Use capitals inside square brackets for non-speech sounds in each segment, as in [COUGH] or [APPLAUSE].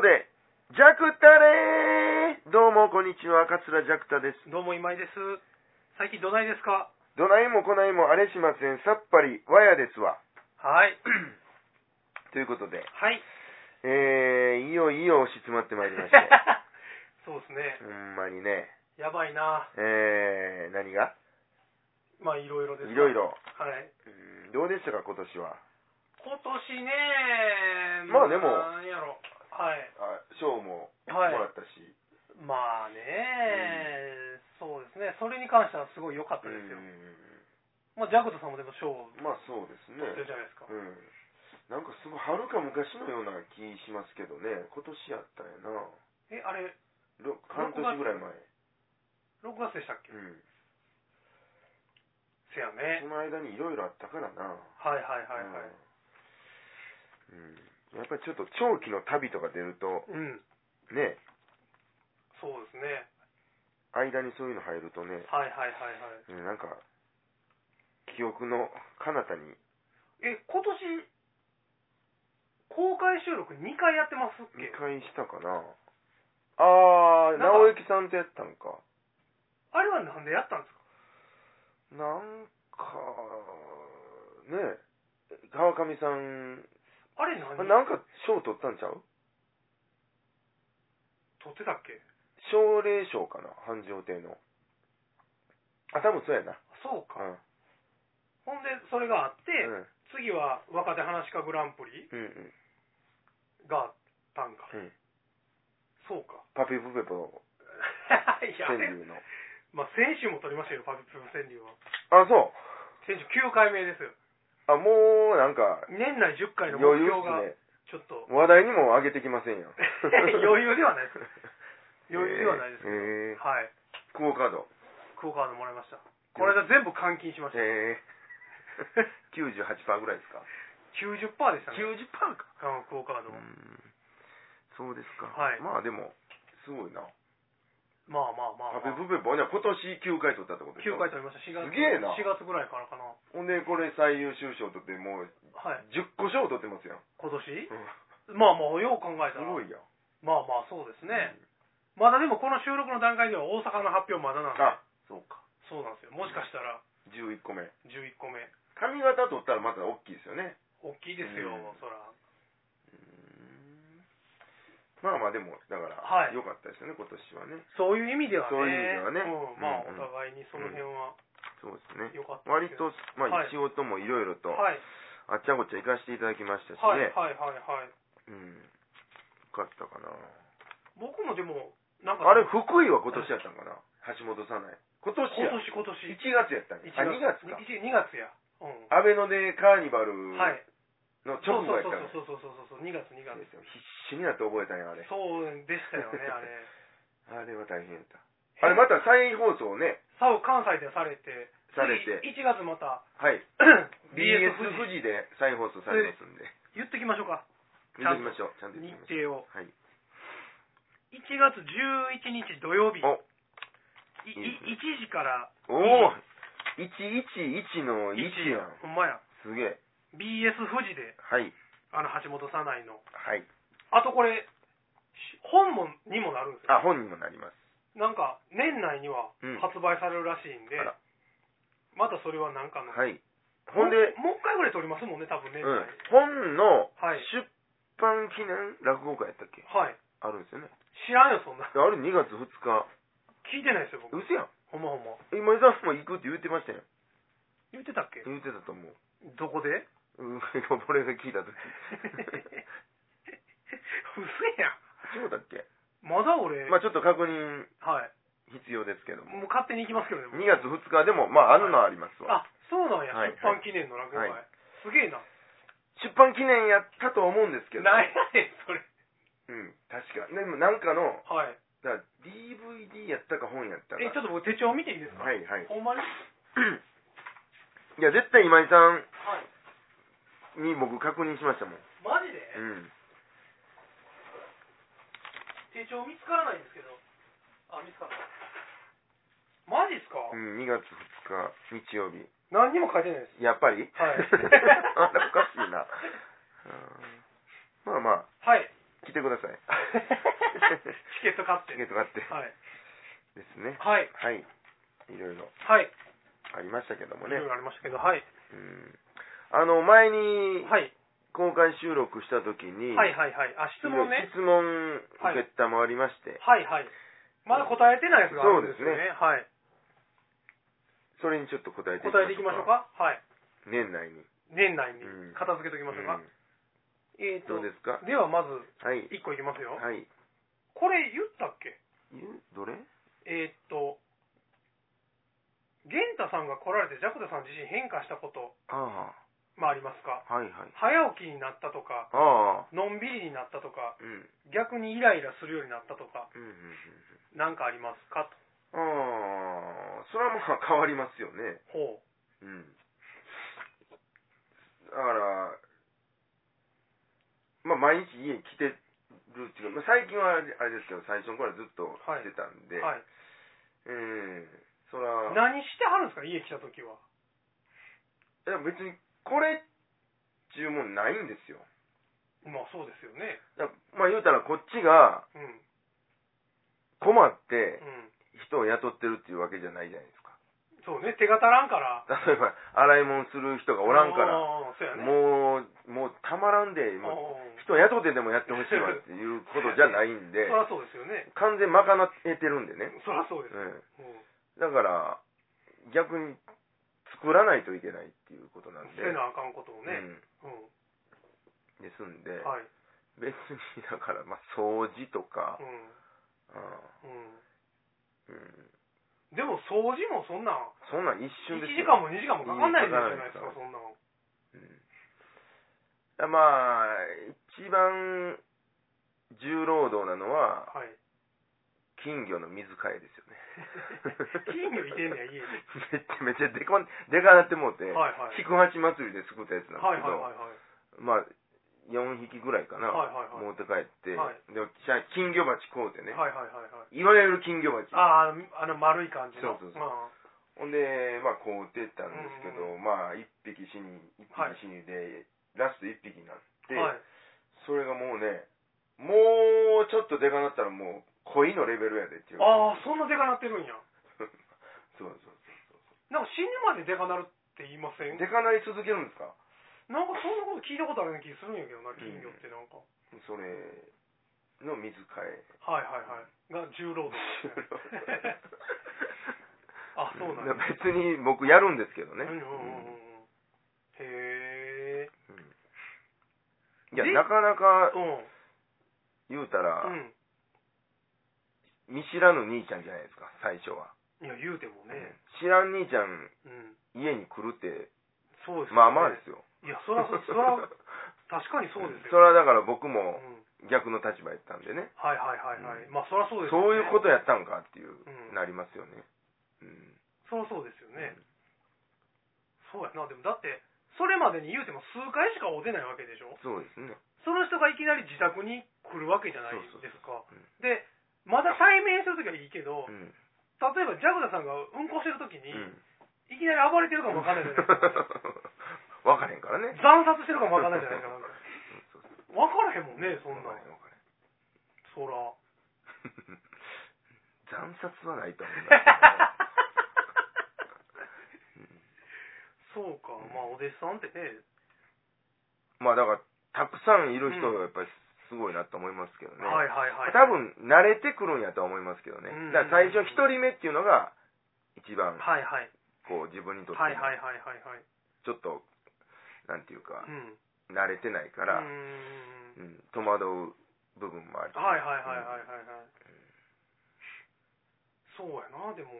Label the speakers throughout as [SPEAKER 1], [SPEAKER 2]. [SPEAKER 1] で、ジャクタレーどうも、こんにちは。桂ジャクタです。
[SPEAKER 2] どうも今井です。最近どないですか
[SPEAKER 1] どないもこないもあれしません。さっぱり、わやですわ。 [CLEARS THROAT]
[SPEAKER 2] はい。
[SPEAKER 1] ということで、
[SPEAKER 2] はい。
[SPEAKER 1] えー、いよいよ押し詰まってまいりまし
[SPEAKER 2] [LAUGHS]
[SPEAKER 1] た。
[SPEAKER 2] そうですね。
[SPEAKER 1] ほんまにね、
[SPEAKER 2] やばいな。
[SPEAKER 1] えー、何が
[SPEAKER 2] まあいろいろです。
[SPEAKER 1] いろい。ろ。
[SPEAKER 2] はい。
[SPEAKER 1] うんどうでしたか、今年は。
[SPEAKER 2] 今年ね
[SPEAKER 1] まあでも
[SPEAKER 2] なんやろ。はい。
[SPEAKER 1] あ、賞もも
[SPEAKER 2] はい
[SPEAKER 1] らったし。
[SPEAKER 2] まあね、そうですね。それに関してはすごい良かった
[SPEAKER 1] う
[SPEAKER 2] ですよ。
[SPEAKER 1] ん
[SPEAKER 2] まあジャクトさんもでも賞を
[SPEAKER 1] まあそうですね
[SPEAKER 2] 取。ってるじゃないですか。
[SPEAKER 1] うん。なんかすごい、はるか昔のような気しますけどね。今年やったんやな。
[SPEAKER 2] え、あれ、
[SPEAKER 1] ろ半年ぐらい前。
[SPEAKER 2] 6月でしたっけ
[SPEAKER 1] うん。
[SPEAKER 2] せやね
[SPEAKER 1] そ。の間にいろいろあったからな。
[SPEAKER 2] はいはいはいはい。
[SPEAKER 1] うん。やっぱりちょっと長期の旅とか出ると、
[SPEAKER 2] うん。
[SPEAKER 1] ね、
[SPEAKER 2] そうですね。
[SPEAKER 1] 間にそういうの入るとね、
[SPEAKER 2] はいはいはいはい。
[SPEAKER 1] うんなんか、記憶の彼方に、
[SPEAKER 2] え、今年、公開収録2回やってますっけ
[SPEAKER 1] 2回したかな。あー、
[SPEAKER 2] なんか
[SPEAKER 1] 直之さんとやったんか。
[SPEAKER 2] あれはなんでやったんですか
[SPEAKER 1] なんか、ね、川上さん、
[SPEAKER 2] あれ何
[SPEAKER 1] なんか賞取ったんちゃう
[SPEAKER 2] 撮ってたっけ
[SPEAKER 1] 奨励賞かな、繁盛亭の。あ、多分そうやな。
[SPEAKER 2] そう
[SPEAKER 1] う
[SPEAKER 2] か。
[SPEAKER 1] ん。
[SPEAKER 2] ほんで、それがあって、
[SPEAKER 1] うん
[SPEAKER 2] 次は若手話し家グランプリ
[SPEAKER 1] うんうん。
[SPEAKER 2] があったんか。
[SPEAKER 1] うん、
[SPEAKER 2] そう
[SPEAKER 1] [LAUGHS]
[SPEAKER 2] か。
[SPEAKER 1] パピプペポ
[SPEAKER 2] いや、
[SPEAKER 1] 川柳の。
[SPEAKER 2] まあ、先週も撮りましたよ、パピプロ川柳は。
[SPEAKER 1] あ、そう。
[SPEAKER 2] 先週9回目ですよ。
[SPEAKER 1] あ、もう、なんか、
[SPEAKER 2] 年内10回の
[SPEAKER 1] 余
[SPEAKER 2] 目
[SPEAKER 1] 裕
[SPEAKER 2] 標が、
[SPEAKER 1] っ
[SPEAKER 2] ちょっと。
[SPEAKER 1] [LAUGHS] す、ね。話題にも上げてきませんよ
[SPEAKER 2] [LAUGHS]
[SPEAKER 1] [LAUGHS]
[SPEAKER 2] 余裕ではないです。余裕ではないですけ
[SPEAKER 1] え
[SPEAKER 2] ど。
[SPEAKER 1] ーえー
[SPEAKER 2] はい。
[SPEAKER 1] クオカード。
[SPEAKER 2] クオカードもらいました。この間全部換金しました。
[SPEAKER 1] え [LAUGHS] ー、98%ぐらいですか。
[SPEAKER 2] 90%でしたね。
[SPEAKER 1] 90%か。
[SPEAKER 2] あのクオカード
[SPEAKER 1] う
[SPEAKER 2] も、
[SPEAKER 1] ん。そうですか。
[SPEAKER 2] はい
[SPEAKER 1] まあでも、すごいな。
[SPEAKER 2] まあまあまあ、ま
[SPEAKER 1] パペ
[SPEAKER 2] あ、
[SPEAKER 1] プペポはね、今年9回取ったってことでし
[SPEAKER 2] 9
[SPEAKER 1] ょ
[SPEAKER 2] 回取りました4月
[SPEAKER 1] すげえな
[SPEAKER 2] 4月ぐらいからかなは
[SPEAKER 1] ほんで、これ最優秀賞取って、もう
[SPEAKER 2] い
[SPEAKER 1] 10個賞取ってますよ。
[SPEAKER 2] 今年
[SPEAKER 1] うん
[SPEAKER 2] まあまあよう考え
[SPEAKER 1] す
[SPEAKER 2] たら
[SPEAKER 1] ごいよ。
[SPEAKER 2] まあまあそうですね、まだでもこの収録の段階では大阪の発表まだなんで
[SPEAKER 1] あ、そうか。
[SPEAKER 2] そうなんですよもしかしたら
[SPEAKER 1] 11個目。
[SPEAKER 2] 11個目
[SPEAKER 1] 髪型取ったらまた大きいですよね。
[SPEAKER 2] 大きいですよ、
[SPEAKER 1] うん
[SPEAKER 2] そら
[SPEAKER 1] まあまあでも、だから、
[SPEAKER 2] はい
[SPEAKER 1] 良かったですよね、今年はね。
[SPEAKER 2] そういう意味ではね
[SPEAKER 1] そういう意味ではね
[SPEAKER 2] うんまあ
[SPEAKER 1] う
[SPEAKER 2] お
[SPEAKER 1] ん
[SPEAKER 2] 互いにその辺は
[SPEAKER 1] そうですね。
[SPEAKER 2] 良かった
[SPEAKER 1] 割
[SPEAKER 2] ですけど、
[SPEAKER 1] と、ま
[SPEAKER 2] は
[SPEAKER 1] あ
[SPEAKER 2] い、
[SPEAKER 1] 仕事もいろいろと、
[SPEAKER 2] はい
[SPEAKER 1] あっちゃこっちゃ行かせていただきましたし
[SPEAKER 2] はい
[SPEAKER 1] ね。
[SPEAKER 2] はいはいはい
[SPEAKER 1] うん。良かったかな。
[SPEAKER 2] 僕もでもなんか
[SPEAKER 1] あれ、福井は今年やったんかな橋本さない。今年
[SPEAKER 2] 今
[SPEAKER 1] や。
[SPEAKER 2] 年今
[SPEAKER 1] 1
[SPEAKER 2] 年
[SPEAKER 1] 月やったんや。あ、2月か。
[SPEAKER 2] 2月やうん
[SPEAKER 1] アベノでカーニバル
[SPEAKER 2] はい
[SPEAKER 1] の直後やったんや。
[SPEAKER 2] そうそうそうそうそうそうそう2月2月
[SPEAKER 1] 必死になって覚えたんや、あれ。
[SPEAKER 2] そうでしたよねあれ
[SPEAKER 1] あれは大変やった。あれ、また再放送ね、
[SPEAKER 2] さを関西でされて
[SPEAKER 1] されて、
[SPEAKER 2] 1月また
[SPEAKER 1] はい。
[SPEAKER 2] BS
[SPEAKER 1] BS
[SPEAKER 2] 富
[SPEAKER 1] 富
[SPEAKER 2] 士
[SPEAKER 1] 士で再放送されますんで。
[SPEAKER 2] 言ってきましょうか
[SPEAKER 1] 見てみましょう。ちゃんと
[SPEAKER 2] 日
[SPEAKER 1] 言ってみ
[SPEAKER 2] 程を
[SPEAKER 1] ましょう。はい。
[SPEAKER 2] 1月11日土曜日
[SPEAKER 1] お
[SPEAKER 2] いい
[SPEAKER 1] いいですね
[SPEAKER 2] 1時から
[SPEAKER 1] おお !111 の1やん。
[SPEAKER 2] ほんまや
[SPEAKER 1] すげえ。
[SPEAKER 2] BS 富士で
[SPEAKER 1] はい。
[SPEAKER 2] あの橋本さないの
[SPEAKER 1] はい。
[SPEAKER 2] あとこれし本もにもなるんですよ
[SPEAKER 1] あ、本にもなります。
[SPEAKER 2] なんか年内には
[SPEAKER 1] うん
[SPEAKER 2] 発売されるらしいんで、
[SPEAKER 1] あら
[SPEAKER 2] またそれはなんかの、
[SPEAKER 1] はい。ほんで、
[SPEAKER 2] もう一回ぐらい撮りますもんね多分
[SPEAKER 1] う
[SPEAKER 2] 年内、
[SPEAKER 1] ん。本の
[SPEAKER 2] はい
[SPEAKER 1] 出版記念落語会やったっけ
[SPEAKER 2] はい
[SPEAKER 1] あるんですよね。
[SPEAKER 2] 知らんよそんな
[SPEAKER 1] あれ2月2日。
[SPEAKER 2] 聞いてないですよ僕
[SPEAKER 1] 嘘やん。
[SPEAKER 2] ほんまほんま
[SPEAKER 1] 今井さんも行くって言ってましたよ。
[SPEAKER 2] 言ってたっけ
[SPEAKER 1] 言ってたと思う。
[SPEAKER 2] どこで [LAUGHS]
[SPEAKER 1] うん、 [LAUGHS] 俺が聞いた時。 [LAUGHS]
[SPEAKER 2] 嘘やん
[SPEAKER 1] そうだっけ
[SPEAKER 2] まだ俺、
[SPEAKER 1] まあちょっと確認
[SPEAKER 2] はい
[SPEAKER 1] 必要ですけども。
[SPEAKER 2] もう勝手に行きますけどね僕
[SPEAKER 1] 2月2日でも、まあ、あるのはありますわ。
[SPEAKER 2] あそうなんや、
[SPEAKER 1] はい
[SPEAKER 2] 出版記念の落語会、
[SPEAKER 1] は
[SPEAKER 2] すげえな
[SPEAKER 1] 出版記念やったと思うんですけど。
[SPEAKER 2] なんやねんそれ
[SPEAKER 1] うん、確か。でも、なんかの、
[SPEAKER 2] はい
[SPEAKER 1] だから DVD やったか本やったか。
[SPEAKER 2] えちょっと僕手帳見ていいですか、
[SPEAKER 1] はいはい。
[SPEAKER 2] ほんまに
[SPEAKER 1] いや、絶対今井さん
[SPEAKER 2] はい
[SPEAKER 1] に僕確認しましたもん。
[SPEAKER 2] マジで、
[SPEAKER 1] う
[SPEAKER 2] 手
[SPEAKER 1] ん。
[SPEAKER 2] 帳見つからないんですけどあ見つかったマジっすか、
[SPEAKER 1] うん、2月2日、日曜日。
[SPEAKER 2] 何にも書いてないです
[SPEAKER 1] やっぱ [LAUGHS]
[SPEAKER 2] [LAUGHS]
[SPEAKER 1] り
[SPEAKER 2] はい
[SPEAKER 1] あら、おかしいな。うんまあまあ、
[SPEAKER 2] [LAUGHS] はい
[SPEAKER 1] 来てください。
[SPEAKER 2] チケット買って。
[SPEAKER 1] チケット買って。
[SPEAKER 2] はい。
[SPEAKER 1] ですね。
[SPEAKER 2] はい。
[SPEAKER 1] はい。いろいろ
[SPEAKER 2] はい。
[SPEAKER 1] ありましたけども
[SPEAKER 2] い
[SPEAKER 1] ね
[SPEAKER 2] ろい。ろありましたけど、はい。
[SPEAKER 1] うん。あの、前に
[SPEAKER 2] はい。
[SPEAKER 1] 公開収録した時に、
[SPEAKER 2] はいはいはい。あ、質問ね。
[SPEAKER 1] 質問受けたまわりまして、
[SPEAKER 2] はいはい。まだ答えてないやつがあるんですよね。はい。
[SPEAKER 1] それにちょっと答えてい
[SPEAKER 2] 答えていきましょう。か。はい。
[SPEAKER 1] 年内に。
[SPEAKER 2] 年内に
[SPEAKER 1] うん
[SPEAKER 2] 片付けときましょうか。
[SPEAKER 1] うん
[SPEAKER 2] えーと
[SPEAKER 1] どう、ですか
[SPEAKER 2] ではまず、
[SPEAKER 1] はい。
[SPEAKER 2] 1個いきますよ。
[SPEAKER 1] はい。
[SPEAKER 2] これ言ったっけ
[SPEAKER 1] ゆどれ
[SPEAKER 2] えーっと、玄太さんが来られて、ジャクダさん自身変化したこと、
[SPEAKER 1] あ
[SPEAKER 2] まあありますか
[SPEAKER 1] あ、はいはい。
[SPEAKER 2] 早起きになったとか、
[SPEAKER 1] ああ、
[SPEAKER 2] のんびりになったとか、
[SPEAKER 1] うん。
[SPEAKER 2] 逆にイライラするようになったとか、
[SPEAKER 1] うんうんうんうん。
[SPEAKER 2] なんかありますか
[SPEAKER 1] ああ、それはまあ変わりますよね。
[SPEAKER 2] と。ほう。
[SPEAKER 1] うん。だから、まあ毎日家に来てるっていうか、まあ、最近はあれあれですけど、最初の頃はずっと来てたんで、
[SPEAKER 2] はい。
[SPEAKER 1] うん。そら、
[SPEAKER 2] 何してはるんですか家来た時は。
[SPEAKER 1] いや別にこれっていうもんないんですよ。
[SPEAKER 2] まあそうですよね。
[SPEAKER 1] だまあ言うたらこっちが
[SPEAKER 2] うん。
[SPEAKER 1] 困って
[SPEAKER 2] うん。
[SPEAKER 1] 人を雇ってるっていうわけじゃないじゃないですか。
[SPEAKER 2] そうね。手が足らんから。
[SPEAKER 1] 例えば、洗い物する人がおらんから、
[SPEAKER 2] あーそうやね。
[SPEAKER 1] もう、もうたまらんで、もう
[SPEAKER 2] あ
[SPEAKER 1] 人雇ってでもやってほしいわっていうことじゃないん
[SPEAKER 2] ー [LAUGHS]
[SPEAKER 1] で
[SPEAKER 2] そ、らそうですよね。
[SPEAKER 1] 完全賄えてるんでね。
[SPEAKER 2] そらそうです。
[SPEAKER 1] うん。
[SPEAKER 2] うん
[SPEAKER 1] だから、逆に作らないといけないっていうことなんで
[SPEAKER 2] せ、なあかんことをね。うん。
[SPEAKER 1] うん。ですんで、
[SPEAKER 2] はい。
[SPEAKER 1] 別に、だから、まあ、掃除とか
[SPEAKER 2] う、ん。
[SPEAKER 1] あ
[SPEAKER 2] うん。
[SPEAKER 1] ーうん。
[SPEAKER 2] でも掃除もそんなん、
[SPEAKER 1] そんなん一瞬
[SPEAKER 2] 1
[SPEAKER 1] です
[SPEAKER 2] 時
[SPEAKER 1] よ。
[SPEAKER 2] 間も2時間もかかんないんじゃないです
[SPEAKER 1] う
[SPEAKER 2] か、
[SPEAKER 1] ん
[SPEAKER 2] そんなの。
[SPEAKER 1] うん、まあ、一番重労働なのは、 [LAUGHS]
[SPEAKER 2] はい。。
[SPEAKER 1] 金魚の水替えですよね
[SPEAKER 2] [LAUGHS] 金魚いてんねや家に
[SPEAKER 1] [LAUGHS] めちゃめちゃでこん、でかなってもうて、
[SPEAKER 2] はいはい。
[SPEAKER 1] 菊八祭りで作ったやつなん
[SPEAKER 2] はい
[SPEAKER 1] ですけ
[SPEAKER 2] はい
[SPEAKER 1] ど、
[SPEAKER 2] はいはい。
[SPEAKER 1] まあ、4匹ぐらいかな、
[SPEAKER 2] はいはいはい
[SPEAKER 1] 持って帰って、
[SPEAKER 2] は
[SPEAKER 1] でじゃあ金魚鉢買うてね、
[SPEAKER 2] はいはいはいはい。
[SPEAKER 1] い、わゆる金魚鉢。
[SPEAKER 2] ああ、あの丸い感じの。
[SPEAKER 1] そうそうそう
[SPEAKER 2] まあ
[SPEAKER 1] ほんで、まあ、買うてったんですけど、まあ、1匹死に、1
[SPEAKER 2] はい
[SPEAKER 1] 匹死にで、ラスト1匹になって、
[SPEAKER 2] はい。
[SPEAKER 1] それがもうね、もうちょっとでかなったらもう、恋のレベルやでっていう。
[SPEAKER 2] ああ、そんなでかなってるんや。
[SPEAKER 1] そうそうそう。
[SPEAKER 2] なんか死ぬまででかなるって言いませんなんか
[SPEAKER 1] でかなり続けるんですか
[SPEAKER 2] そんなこと聞いたことあるような気するんやけどな、金魚ってなんか。
[SPEAKER 1] それの水替え。
[SPEAKER 2] はいはいはい。が重労働。
[SPEAKER 1] [LAUGHS]
[SPEAKER 2] あ、 [LAUGHS] そうなんだ。
[SPEAKER 1] 別に僕やるんですけどね。
[SPEAKER 2] うんうんうんうんうん。へえ。
[SPEAKER 1] いや、
[SPEAKER 2] で
[SPEAKER 1] なかなか
[SPEAKER 2] うん。
[SPEAKER 1] 言うたら、
[SPEAKER 2] う
[SPEAKER 1] 見知らぬ兄ちゃんじゃないですか、最初は。
[SPEAKER 2] ん。いや、言うてもね。
[SPEAKER 1] 知らん兄ちゃん
[SPEAKER 2] うん。
[SPEAKER 1] 家に来るって、
[SPEAKER 2] そうですよね
[SPEAKER 1] まあまあですよ。
[SPEAKER 2] いや、そら、そら、確かにそうです
[SPEAKER 1] [LAUGHS] そ
[SPEAKER 2] よ。
[SPEAKER 1] れはだから僕
[SPEAKER 2] う
[SPEAKER 1] も
[SPEAKER 2] ん。
[SPEAKER 1] 逆の立場やったんでね。
[SPEAKER 2] はいはいはいはい。まあ、そらそうですよね。
[SPEAKER 1] そういうこと
[SPEAKER 2] や。
[SPEAKER 1] やったんかっていう、
[SPEAKER 2] うん
[SPEAKER 1] なりますよね。うん。
[SPEAKER 2] そらそうですよね。そうやな。でも、だって、それまでに言うても数回しか会うてないわけでしょ
[SPEAKER 1] そうですね。
[SPEAKER 2] その人がいきなり自宅に来るわけじゃない
[SPEAKER 1] そうそう
[SPEAKER 2] ですか
[SPEAKER 1] うん。
[SPEAKER 2] で、まだ対面するときはいいけど
[SPEAKER 1] う、
[SPEAKER 2] 例
[SPEAKER 1] ん。
[SPEAKER 2] えばジャグダさんがうんこしてるときに、
[SPEAKER 1] うん。
[SPEAKER 2] いきなり暴れてるかもわかんな
[SPEAKER 1] [LAUGHS]
[SPEAKER 2] いじゃないですか。
[SPEAKER 1] わかれへんからね。 [LAUGHS]
[SPEAKER 2] 惨殺してるかもわかんないじゃないですか。
[SPEAKER 1] そうそう
[SPEAKER 2] わからへんもんね、そんな
[SPEAKER 1] わ
[SPEAKER 2] ん
[SPEAKER 1] か。れへんわかれへん
[SPEAKER 2] そ
[SPEAKER 1] [LAUGHS]
[SPEAKER 2] ら。
[SPEAKER 1] 惨殺はないと思う
[SPEAKER 2] [LAUGHS]
[SPEAKER 1] な。
[SPEAKER 2] そうか、まあお弟子さんってね、
[SPEAKER 1] まあだから、たくさんいる人がやっぱりすごいなと思いますけどね。
[SPEAKER 2] はいはいはい。
[SPEAKER 1] 多分、慣れてくるんやとは思いますけどね
[SPEAKER 2] うん。
[SPEAKER 1] だから最初、一人目っていうのが、一番、
[SPEAKER 2] はいはい。
[SPEAKER 1] こう、自分にとって、
[SPEAKER 2] はいはいはいはいはい。
[SPEAKER 1] ちょっと、なんていうか
[SPEAKER 2] う、ん。
[SPEAKER 1] 慣れてないか
[SPEAKER 2] からう、。
[SPEAKER 1] うんん、戸惑う部分もある。
[SPEAKER 2] はいはいはいはいはいはい。そうやな、でも、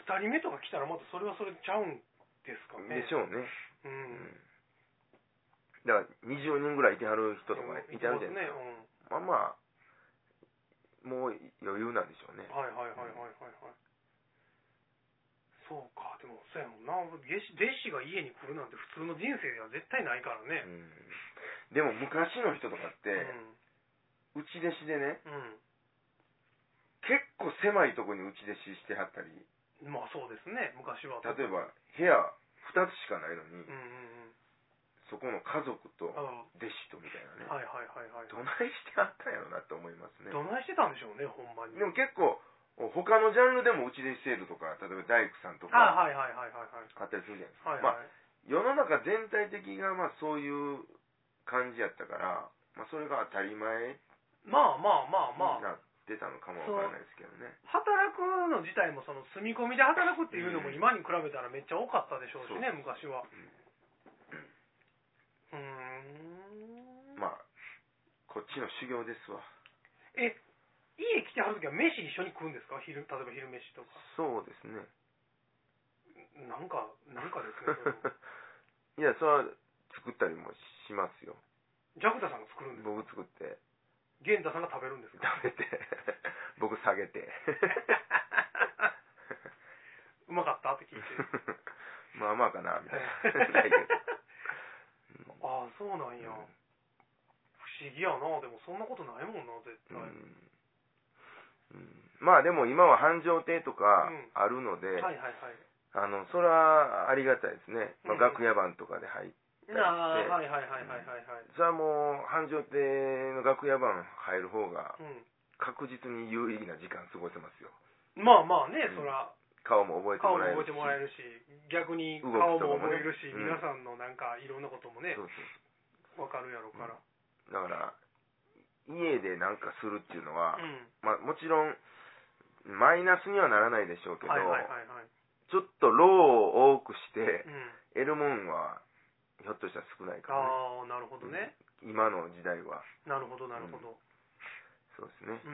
[SPEAKER 2] 二人目とか来たらまたそれはそれちゃうんですかね。
[SPEAKER 1] でしょうね。
[SPEAKER 2] う。
[SPEAKER 1] うんん。だから、20人ぐらいいてはる人とかいてはるじゃないですか
[SPEAKER 2] ね。うん。
[SPEAKER 1] まあまあ、もう余裕なんでしょうね。
[SPEAKER 2] はいはいはいはいはいはい。そうか、でもそうやもんな。弟子弟子が家に来るなんて普通の人生では絶対ないから
[SPEAKER 1] う
[SPEAKER 2] ね。
[SPEAKER 1] ん、でも昔の人とかって、うち弟子でね、
[SPEAKER 2] うん。うん
[SPEAKER 1] 結構狭いとこにうち弟子してはったり、
[SPEAKER 2] まあそうですね、昔は。
[SPEAKER 1] 例えば部屋2つしかないのに
[SPEAKER 2] う、んうんうん。
[SPEAKER 1] そこの家族と
[SPEAKER 2] あ
[SPEAKER 1] 弟子とみたいな
[SPEAKER 2] はい
[SPEAKER 1] ね、
[SPEAKER 2] はいはいはい
[SPEAKER 1] どないしてあったんやろなって思いますね
[SPEAKER 2] どないしてたんでしょうねほんまに
[SPEAKER 1] でも結構他のジャンルでもうちでセールとか例えば大工さんと
[SPEAKER 2] あ
[SPEAKER 1] かあ
[SPEAKER 2] はいはいはいはいはい
[SPEAKER 1] ったりするじゃ
[SPEAKER 2] は
[SPEAKER 1] ないですか、
[SPEAKER 2] い
[SPEAKER 1] まあ
[SPEAKER 2] はい、
[SPEAKER 1] 世の中全体的がまあそういう感じやったから、まあ、それが当たり前に
[SPEAKER 2] まあまあまあまあ、
[SPEAKER 1] なってたのかもわからないですけどね、
[SPEAKER 2] 働くの自体もその住み込みで働くっていうのも
[SPEAKER 1] うん
[SPEAKER 2] 今に比べたらめっちゃ多かったでしょうしね、昔はうーん
[SPEAKER 1] まあこっちの修行ですわ
[SPEAKER 2] え家来てはるときは飯一緒に食うんですか昼例えば昼飯とか
[SPEAKER 1] そうです [LAUGHS] ね
[SPEAKER 2] なんかなんかですね
[SPEAKER 1] [LAUGHS]
[SPEAKER 2] それも
[SPEAKER 1] いやそれは作ったりもしますよ
[SPEAKER 2] ジャクタさんが作るんです
[SPEAKER 1] 僕作って
[SPEAKER 2] 玄太さんが食べるんです
[SPEAKER 1] 食 [LAUGHS]
[SPEAKER 2] か
[SPEAKER 1] べて僕下げて [LAUGHS]
[SPEAKER 2] うまかったって聞いて
[SPEAKER 1] まあまあか [LAUGHS] なみたいな
[SPEAKER 2] [LAUGHS]
[SPEAKER 1] ないけど
[SPEAKER 2] ああそうなんや、不思議やなでもそんなことないもんな絶
[SPEAKER 1] う
[SPEAKER 2] 対、
[SPEAKER 1] んうんまあでも今は繁盛亭とか
[SPEAKER 2] うん
[SPEAKER 1] あるので、
[SPEAKER 2] はいはいはい
[SPEAKER 1] あのそれはありがたいですね、まあ、
[SPEAKER 2] うん
[SPEAKER 1] 楽屋番とかで入って、
[SPEAKER 2] ああはいはいはいはいはいはい
[SPEAKER 1] それはもう繁盛亭の楽屋番入る方が
[SPEAKER 2] う
[SPEAKER 1] 確実に有意義な時間過ごせますよ
[SPEAKER 2] ん、まあまあね、
[SPEAKER 1] うん
[SPEAKER 2] そら
[SPEAKER 1] 顔も覚えて
[SPEAKER 2] 顔
[SPEAKER 1] も
[SPEAKER 2] も
[SPEAKER 1] らえ
[SPEAKER 2] 覚
[SPEAKER 1] る
[SPEAKER 2] え
[SPEAKER 1] して
[SPEAKER 2] もらえるし逆に
[SPEAKER 1] 動き
[SPEAKER 2] 顔
[SPEAKER 1] と
[SPEAKER 2] も
[SPEAKER 1] かも
[SPEAKER 2] 覚
[SPEAKER 1] ね
[SPEAKER 2] えるし、
[SPEAKER 1] うん
[SPEAKER 2] 皆さんのなんかいろんなこともね
[SPEAKER 1] そうそう
[SPEAKER 2] わかるやろから
[SPEAKER 1] そうだから家でなんかするっていうのは、
[SPEAKER 2] うん、
[SPEAKER 1] まあ、もちろんマイナスにはならないでしょうけど、
[SPEAKER 2] はいはいはいはい、
[SPEAKER 1] ちょっと労を多くして
[SPEAKER 2] うん、
[SPEAKER 1] 得るもんはひょっとしたら少ないかもね
[SPEAKER 2] ああなるほどね、
[SPEAKER 1] 今の時代は
[SPEAKER 2] なるほどなるほど
[SPEAKER 1] そうですね
[SPEAKER 2] う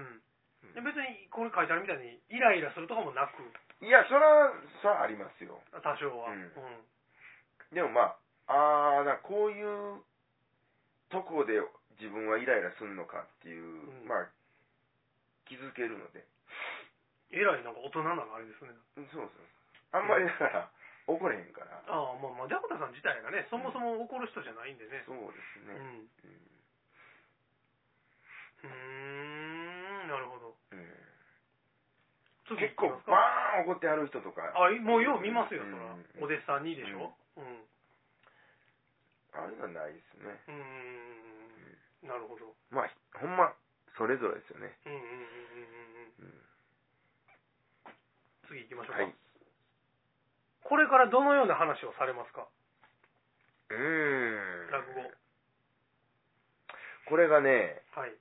[SPEAKER 2] ん、で別にこれ書いてあるみたいにイライラするとかもなく
[SPEAKER 1] いやそれはそれはありますよ
[SPEAKER 2] 多少は、
[SPEAKER 1] うん
[SPEAKER 2] うん
[SPEAKER 1] でもまあああだからこういうとこで自分はイライラするのかっていう、
[SPEAKER 2] うん
[SPEAKER 1] まあ気づけるので
[SPEAKER 2] えらいなんか大人なのあれですね
[SPEAKER 1] うんそうそうあんまりだから、怒れへんから
[SPEAKER 2] ああまあまあジャコタさん自体がねそもそも怒る人じゃないんでね、
[SPEAKER 1] そうです
[SPEAKER 2] うん
[SPEAKER 1] ね、
[SPEAKER 2] うーんなるほど
[SPEAKER 1] うん
[SPEAKER 2] 次
[SPEAKER 1] 結
[SPEAKER 2] 行き
[SPEAKER 1] 構
[SPEAKER 2] ますか
[SPEAKER 1] バーン怒ってはる人とか
[SPEAKER 2] あいもうよう見ますよ、
[SPEAKER 1] うん
[SPEAKER 2] そら。お弟子さんにでしょ。うん。
[SPEAKER 1] ああいうのはないですね
[SPEAKER 2] うん。なるほど。
[SPEAKER 1] まあほんまそれぞれですよね
[SPEAKER 2] うんうんうんうんうんうん。次行きましょうか。
[SPEAKER 1] はい
[SPEAKER 2] これからどのような話をされますか
[SPEAKER 1] うーん
[SPEAKER 2] 落語。
[SPEAKER 1] これがね
[SPEAKER 2] はい。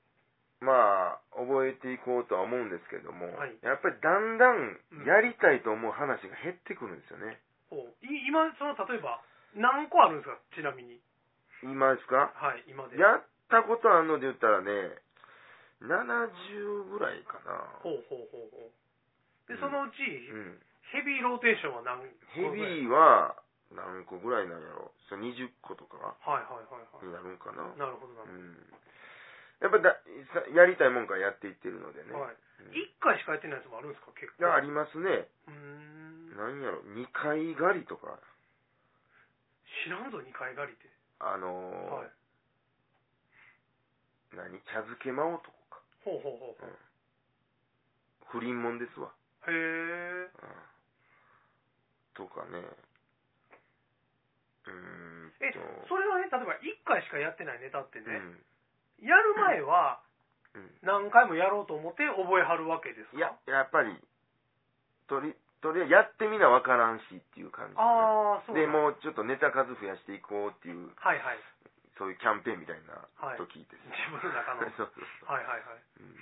[SPEAKER 1] まあ覚えていこうとは思うんですけども、
[SPEAKER 2] はい
[SPEAKER 1] やっぱりだんだ
[SPEAKER 2] うん
[SPEAKER 1] んやりたいと思う話が減ってくるんですよね、
[SPEAKER 2] おい今、その、例えば、何個あるんですかちなみに。
[SPEAKER 1] 今ですか
[SPEAKER 2] はい、今で。
[SPEAKER 1] やったことあるので言ったらね70ぐらいかな
[SPEAKER 2] ほうほうほうほう。で、
[SPEAKER 1] うん
[SPEAKER 2] そのうち、
[SPEAKER 1] うん
[SPEAKER 2] ヘビーローテーションは何
[SPEAKER 1] ヘ
[SPEAKER 2] 個ぐらい
[SPEAKER 1] ビーは何個ぐらいなんやろそれ20個とか
[SPEAKER 2] はいはいはい
[SPEAKER 1] になるんかな
[SPEAKER 2] はい。なるほどな
[SPEAKER 1] う
[SPEAKER 2] る
[SPEAKER 1] んやっぱださやりたいもんからやっていってるのでね、
[SPEAKER 2] ほど。はい。
[SPEAKER 1] うん
[SPEAKER 2] 一回しかやってないやつもあるんですか結
[SPEAKER 1] いや
[SPEAKER 2] 構。
[SPEAKER 1] ありますね
[SPEAKER 2] うーん。
[SPEAKER 1] なんやろ2回狩りとか
[SPEAKER 2] 知らんぞ、二回狩りって。
[SPEAKER 1] あのー
[SPEAKER 2] はい。
[SPEAKER 1] 何茶漬け魔男か
[SPEAKER 2] ほうほうほうほう。
[SPEAKER 1] 不倫もんですわ、
[SPEAKER 2] へえ。
[SPEAKER 1] うんとかねうーん
[SPEAKER 2] え、それはね、例えば一回しかやってないネタって
[SPEAKER 1] う
[SPEAKER 2] ね、
[SPEAKER 1] ん
[SPEAKER 2] やる前は
[SPEAKER 1] うん
[SPEAKER 2] 何回もやろうと思って覚えはるわけですか
[SPEAKER 1] いや、やっぱりとりとりあえずやってみなわからんしっていう感じね、
[SPEAKER 2] ああ、そう
[SPEAKER 1] で
[SPEAKER 2] なんや
[SPEAKER 1] もうちょっとネタ数増やしていこうっていう
[SPEAKER 2] はいはい。
[SPEAKER 1] そういうキャンペーンみたいな
[SPEAKER 2] はい。
[SPEAKER 1] 時ですね、
[SPEAKER 2] 自分の中の。はい
[SPEAKER 1] [LAUGHS] そうそうそう
[SPEAKER 2] はいはい。
[SPEAKER 1] うん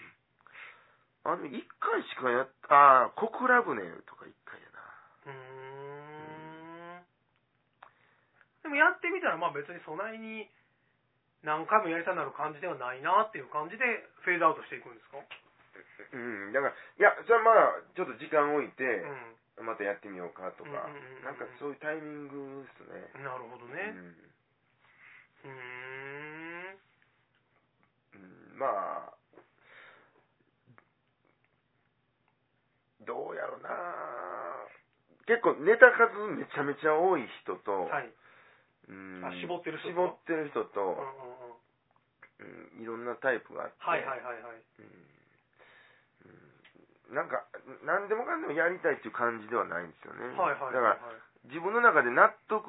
[SPEAKER 1] あの一回しかやっああ小倉船とか一回や
[SPEAKER 2] うーん。でもやってみたら、まあ別にそないに何回もやりたくなる感じではないなっていう感じでフェードアウトしていくんですか
[SPEAKER 1] なうんだからいやそれはまあちょっと時間置いて
[SPEAKER 2] う、ん。
[SPEAKER 1] またやってみようかとか、
[SPEAKER 2] うんうんうんうん
[SPEAKER 1] なんかそういうタイミングですね
[SPEAKER 2] なるほどね。うーん。
[SPEAKER 1] うん、うん、まあどうやろな結構ネタ数めちゃめちゃ多い人と、
[SPEAKER 2] はい。
[SPEAKER 1] うん
[SPEAKER 2] あ絞ってる人と
[SPEAKER 1] 絞ってる人
[SPEAKER 2] うんうんうん。
[SPEAKER 1] と、うんいろんなタイプがあって、
[SPEAKER 2] はいはいはいはい。
[SPEAKER 1] なんか何でもかんでもやりたいっていう感じではないんですよね、
[SPEAKER 2] はいはいはい
[SPEAKER 1] だから
[SPEAKER 2] はい。
[SPEAKER 1] 自分の中で納得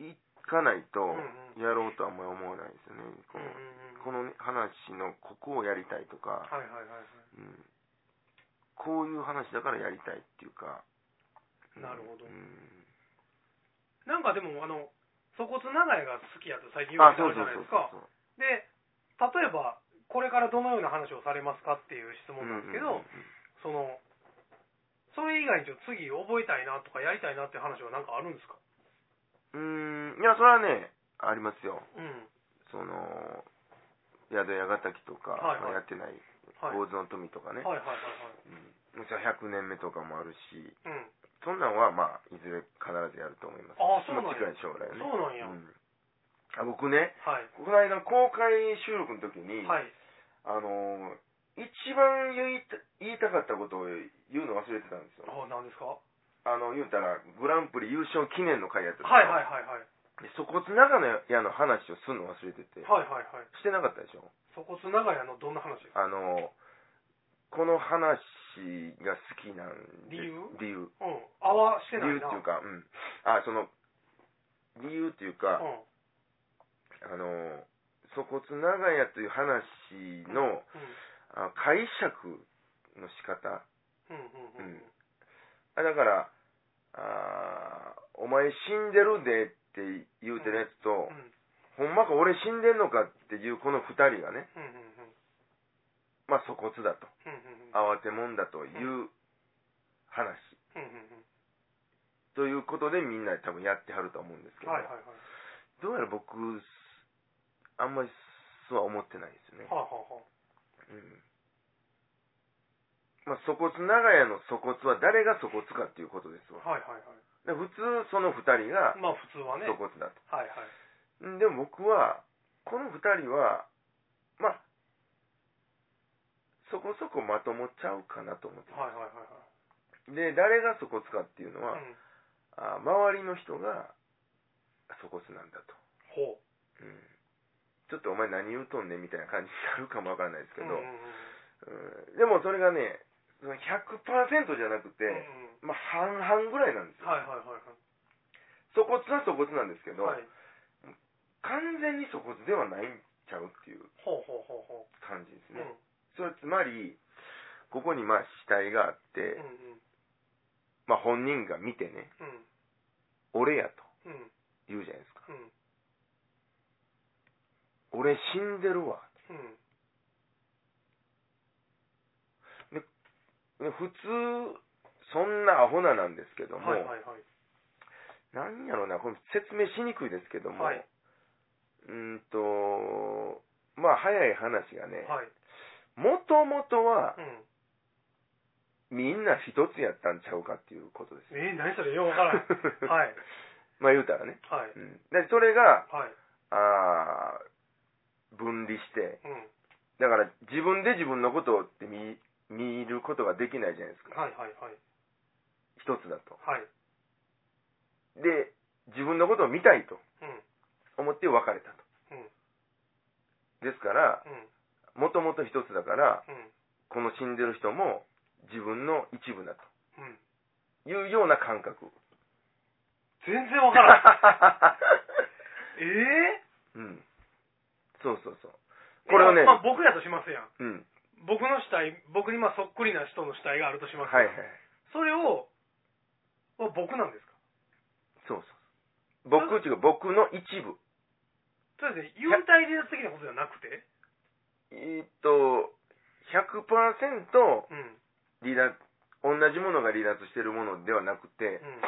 [SPEAKER 1] いいかないと
[SPEAKER 2] うんうん
[SPEAKER 1] やろうとはあんまり思わないですよね、こ
[SPEAKER 2] うん
[SPEAKER 1] の
[SPEAKER 2] うんうん
[SPEAKER 1] このね話のここをやりたいとか、
[SPEAKER 2] はいはいはいは
[SPEAKER 1] うんこういう話だからやりたいっていうか、うん
[SPEAKER 2] なるほど
[SPEAKER 1] うん
[SPEAKER 2] いなんかでもあの粗骨長いが好きやと最近言われ
[SPEAKER 1] あ
[SPEAKER 2] て
[SPEAKER 1] そ
[SPEAKER 2] あ
[SPEAKER 1] う
[SPEAKER 2] るじ
[SPEAKER 1] そ
[SPEAKER 2] ゃ
[SPEAKER 1] う
[SPEAKER 2] ない
[SPEAKER 1] そ
[SPEAKER 2] で
[SPEAKER 1] う
[SPEAKER 2] す
[SPEAKER 1] そう
[SPEAKER 2] かで例えばこれからどのような話をされますかっていう質問なんですけど、
[SPEAKER 1] うんうんうん
[SPEAKER 2] そのそれ以外にちょっと次覚えたいなとかやりたいなっていう話はなんかあるんですか
[SPEAKER 1] うんいやそれはねありますよ
[SPEAKER 2] うん
[SPEAKER 1] その宿矢ヶ滝とか、
[SPEAKER 2] はいはい
[SPEAKER 1] まあやってない
[SPEAKER 2] はい、
[SPEAKER 1] 坊主の富とかね、
[SPEAKER 2] はいはいはいはい
[SPEAKER 1] うん、それは100年目とかもあるし
[SPEAKER 2] うん
[SPEAKER 1] そんなんはまあいずれ必ずやると思います
[SPEAKER 2] あそうなんや
[SPEAKER 1] ま近い将来ね
[SPEAKER 2] そうなんや、
[SPEAKER 1] うんあ僕ね
[SPEAKER 2] はい
[SPEAKER 1] この間の公開収録の時に、
[SPEAKER 2] はい
[SPEAKER 1] あのー一番言いた言いたかったことを言うの忘れてたんですよ
[SPEAKER 2] あなんですかは
[SPEAKER 1] あの言うたらグランプリ優勝記念の会やっ
[SPEAKER 2] い
[SPEAKER 1] た
[SPEAKER 2] はいはい
[SPEAKER 1] い
[SPEAKER 2] はいはい
[SPEAKER 1] そこつ長野屋の話をするの忘れてて、
[SPEAKER 2] はいはい
[SPEAKER 1] してなかったでしょ
[SPEAKER 2] そこつながりのどんな話ですか
[SPEAKER 1] あのーこの話が好きなんです
[SPEAKER 2] 理由
[SPEAKER 1] 理由
[SPEAKER 2] うんあわしてな
[SPEAKER 1] 理
[SPEAKER 2] い
[SPEAKER 1] 由って
[SPEAKER 2] な
[SPEAKER 1] いうか、うん、あその理由っていうか、
[SPEAKER 2] うん
[SPEAKER 1] あの粗骨長屋という話のあ解釈の仕方
[SPEAKER 2] うんうんうんうんうん
[SPEAKER 1] あだからあーお前死んでるでって言うてるやつと、ほんまか俺死んでんのかっていうこの2人がね、
[SPEAKER 2] うんうんうん
[SPEAKER 1] まあ、粗骨だと
[SPEAKER 2] うんうんうん
[SPEAKER 1] 慌てもんだという話
[SPEAKER 2] うんうん
[SPEAKER 1] ということでみんな多分やってはると思うんです
[SPEAKER 2] う
[SPEAKER 1] け
[SPEAKER 2] ん
[SPEAKER 1] ど、
[SPEAKER 2] はいはいはい
[SPEAKER 1] どうやら僕あんまりそうは思ってないですよね
[SPEAKER 2] はあはあはあ
[SPEAKER 1] うんまあ、粗骨長屋の粗骨は誰が粗骨かっていうことですわ
[SPEAKER 2] はいはいは
[SPEAKER 1] で普通その2人が
[SPEAKER 2] いまあ普通はね
[SPEAKER 1] 粗骨だ
[SPEAKER 2] はいはい
[SPEAKER 1] と、んでも僕はこの2人はまあそこそこまともちゃうかなと思って
[SPEAKER 2] はいはいはい
[SPEAKER 1] で誰が粗骨かっていうの
[SPEAKER 2] はいうん
[SPEAKER 1] は、あ周りの人が粗骨なんだと、
[SPEAKER 2] ほう
[SPEAKER 1] うんちょっとお前何言うとんねんみたいな感じになるかもわかんないですけ
[SPEAKER 2] う
[SPEAKER 1] ど、
[SPEAKER 2] んうんうん
[SPEAKER 1] うんでもそれがねその100%じゃなくて、
[SPEAKER 2] うんうん
[SPEAKER 1] まあ、半々ぐらいなんですよ、
[SPEAKER 2] はいはいはいは
[SPEAKER 1] 粗骨は粗骨なんですけど、
[SPEAKER 2] いはい
[SPEAKER 1] 完全に粗骨ではないんちゃうっていう
[SPEAKER 2] ほうほうほうほ
[SPEAKER 1] 感じです
[SPEAKER 2] ううん
[SPEAKER 1] ね、それはつまりここにまあ死体があっ
[SPEAKER 2] う
[SPEAKER 1] て、
[SPEAKER 2] んうん
[SPEAKER 1] まあ、本人が見てね
[SPEAKER 2] うん
[SPEAKER 1] 俺やと
[SPEAKER 2] うん
[SPEAKER 1] 言うじゃないですか
[SPEAKER 2] うん
[SPEAKER 1] 俺死んでるわ
[SPEAKER 2] うん
[SPEAKER 1] で普通そんなアホななんですけども、
[SPEAKER 2] はいはいはい
[SPEAKER 1] なんやろなこれ説明しにくいですけども、
[SPEAKER 2] はい、
[SPEAKER 1] うーんとまあ早い話がね
[SPEAKER 2] はい
[SPEAKER 1] もともとは
[SPEAKER 2] うん
[SPEAKER 1] みんな一つやったんちゃうかっていうことですよ
[SPEAKER 2] えー、何それようわからん
[SPEAKER 1] [LAUGHS]
[SPEAKER 2] はい
[SPEAKER 1] まあ言うたらね、
[SPEAKER 2] はい
[SPEAKER 1] うん、でそれが
[SPEAKER 2] はい
[SPEAKER 1] あー分離して
[SPEAKER 2] うん
[SPEAKER 1] だから自分で自分のことをって見見ることができないじゃないですか
[SPEAKER 2] はいはいはい
[SPEAKER 1] 一つだと
[SPEAKER 2] はい
[SPEAKER 1] で自分のことを見たいと
[SPEAKER 2] うん
[SPEAKER 1] 思って別れたと
[SPEAKER 2] うん
[SPEAKER 1] ですから
[SPEAKER 2] うん
[SPEAKER 1] もともと一つだから
[SPEAKER 2] うん
[SPEAKER 1] この死んでる人も自分の一部だ
[SPEAKER 2] うん
[SPEAKER 1] というような感覚
[SPEAKER 2] 全然わ
[SPEAKER 1] [LAUGHS]
[SPEAKER 2] からんええ
[SPEAKER 1] うんそうそうそう
[SPEAKER 2] ー、
[SPEAKER 1] これをね
[SPEAKER 2] まあ僕やとしますやん
[SPEAKER 1] うん
[SPEAKER 2] 僕の死体僕にまあそっくりな人の死体があるとします
[SPEAKER 1] はい
[SPEAKER 2] やん
[SPEAKER 1] はい
[SPEAKER 2] それをは僕なんですか
[SPEAKER 1] そうそうそう僕っていうか僕の一部
[SPEAKER 2] そうですね幽体離脱的なことじゃなくて
[SPEAKER 1] えーっと100%
[SPEAKER 2] うん
[SPEAKER 1] 離脱同じものが離脱してるものではなくて
[SPEAKER 2] うん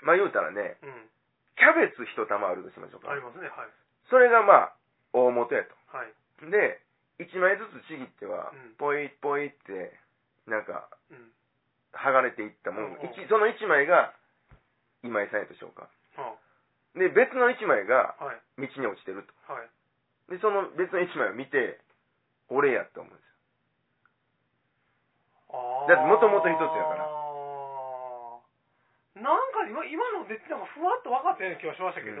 [SPEAKER 1] まあ言うたらね
[SPEAKER 2] うん
[SPEAKER 1] キャベツ一玉あるとしましょうか
[SPEAKER 2] ありますねはい
[SPEAKER 1] それがまあ大元やと
[SPEAKER 2] はい
[SPEAKER 1] で1枚ずつちぎっては
[SPEAKER 2] うん
[SPEAKER 1] ポイポイってなんか
[SPEAKER 2] うん
[SPEAKER 1] 剥がれていったもの
[SPEAKER 2] うんうん
[SPEAKER 1] 一その1枚が今井さんやとしようか
[SPEAKER 2] は
[SPEAKER 1] で別の1枚が
[SPEAKER 2] あはい
[SPEAKER 1] 道に落ちてると
[SPEAKER 2] はい
[SPEAKER 1] でその別の1枚を見て俺やと思うんですよ
[SPEAKER 2] あー
[SPEAKER 1] だって元々一つやから
[SPEAKER 2] なんか今今のでなんかふわっと分かったような気はしましたけど、
[SPEAKER 1] う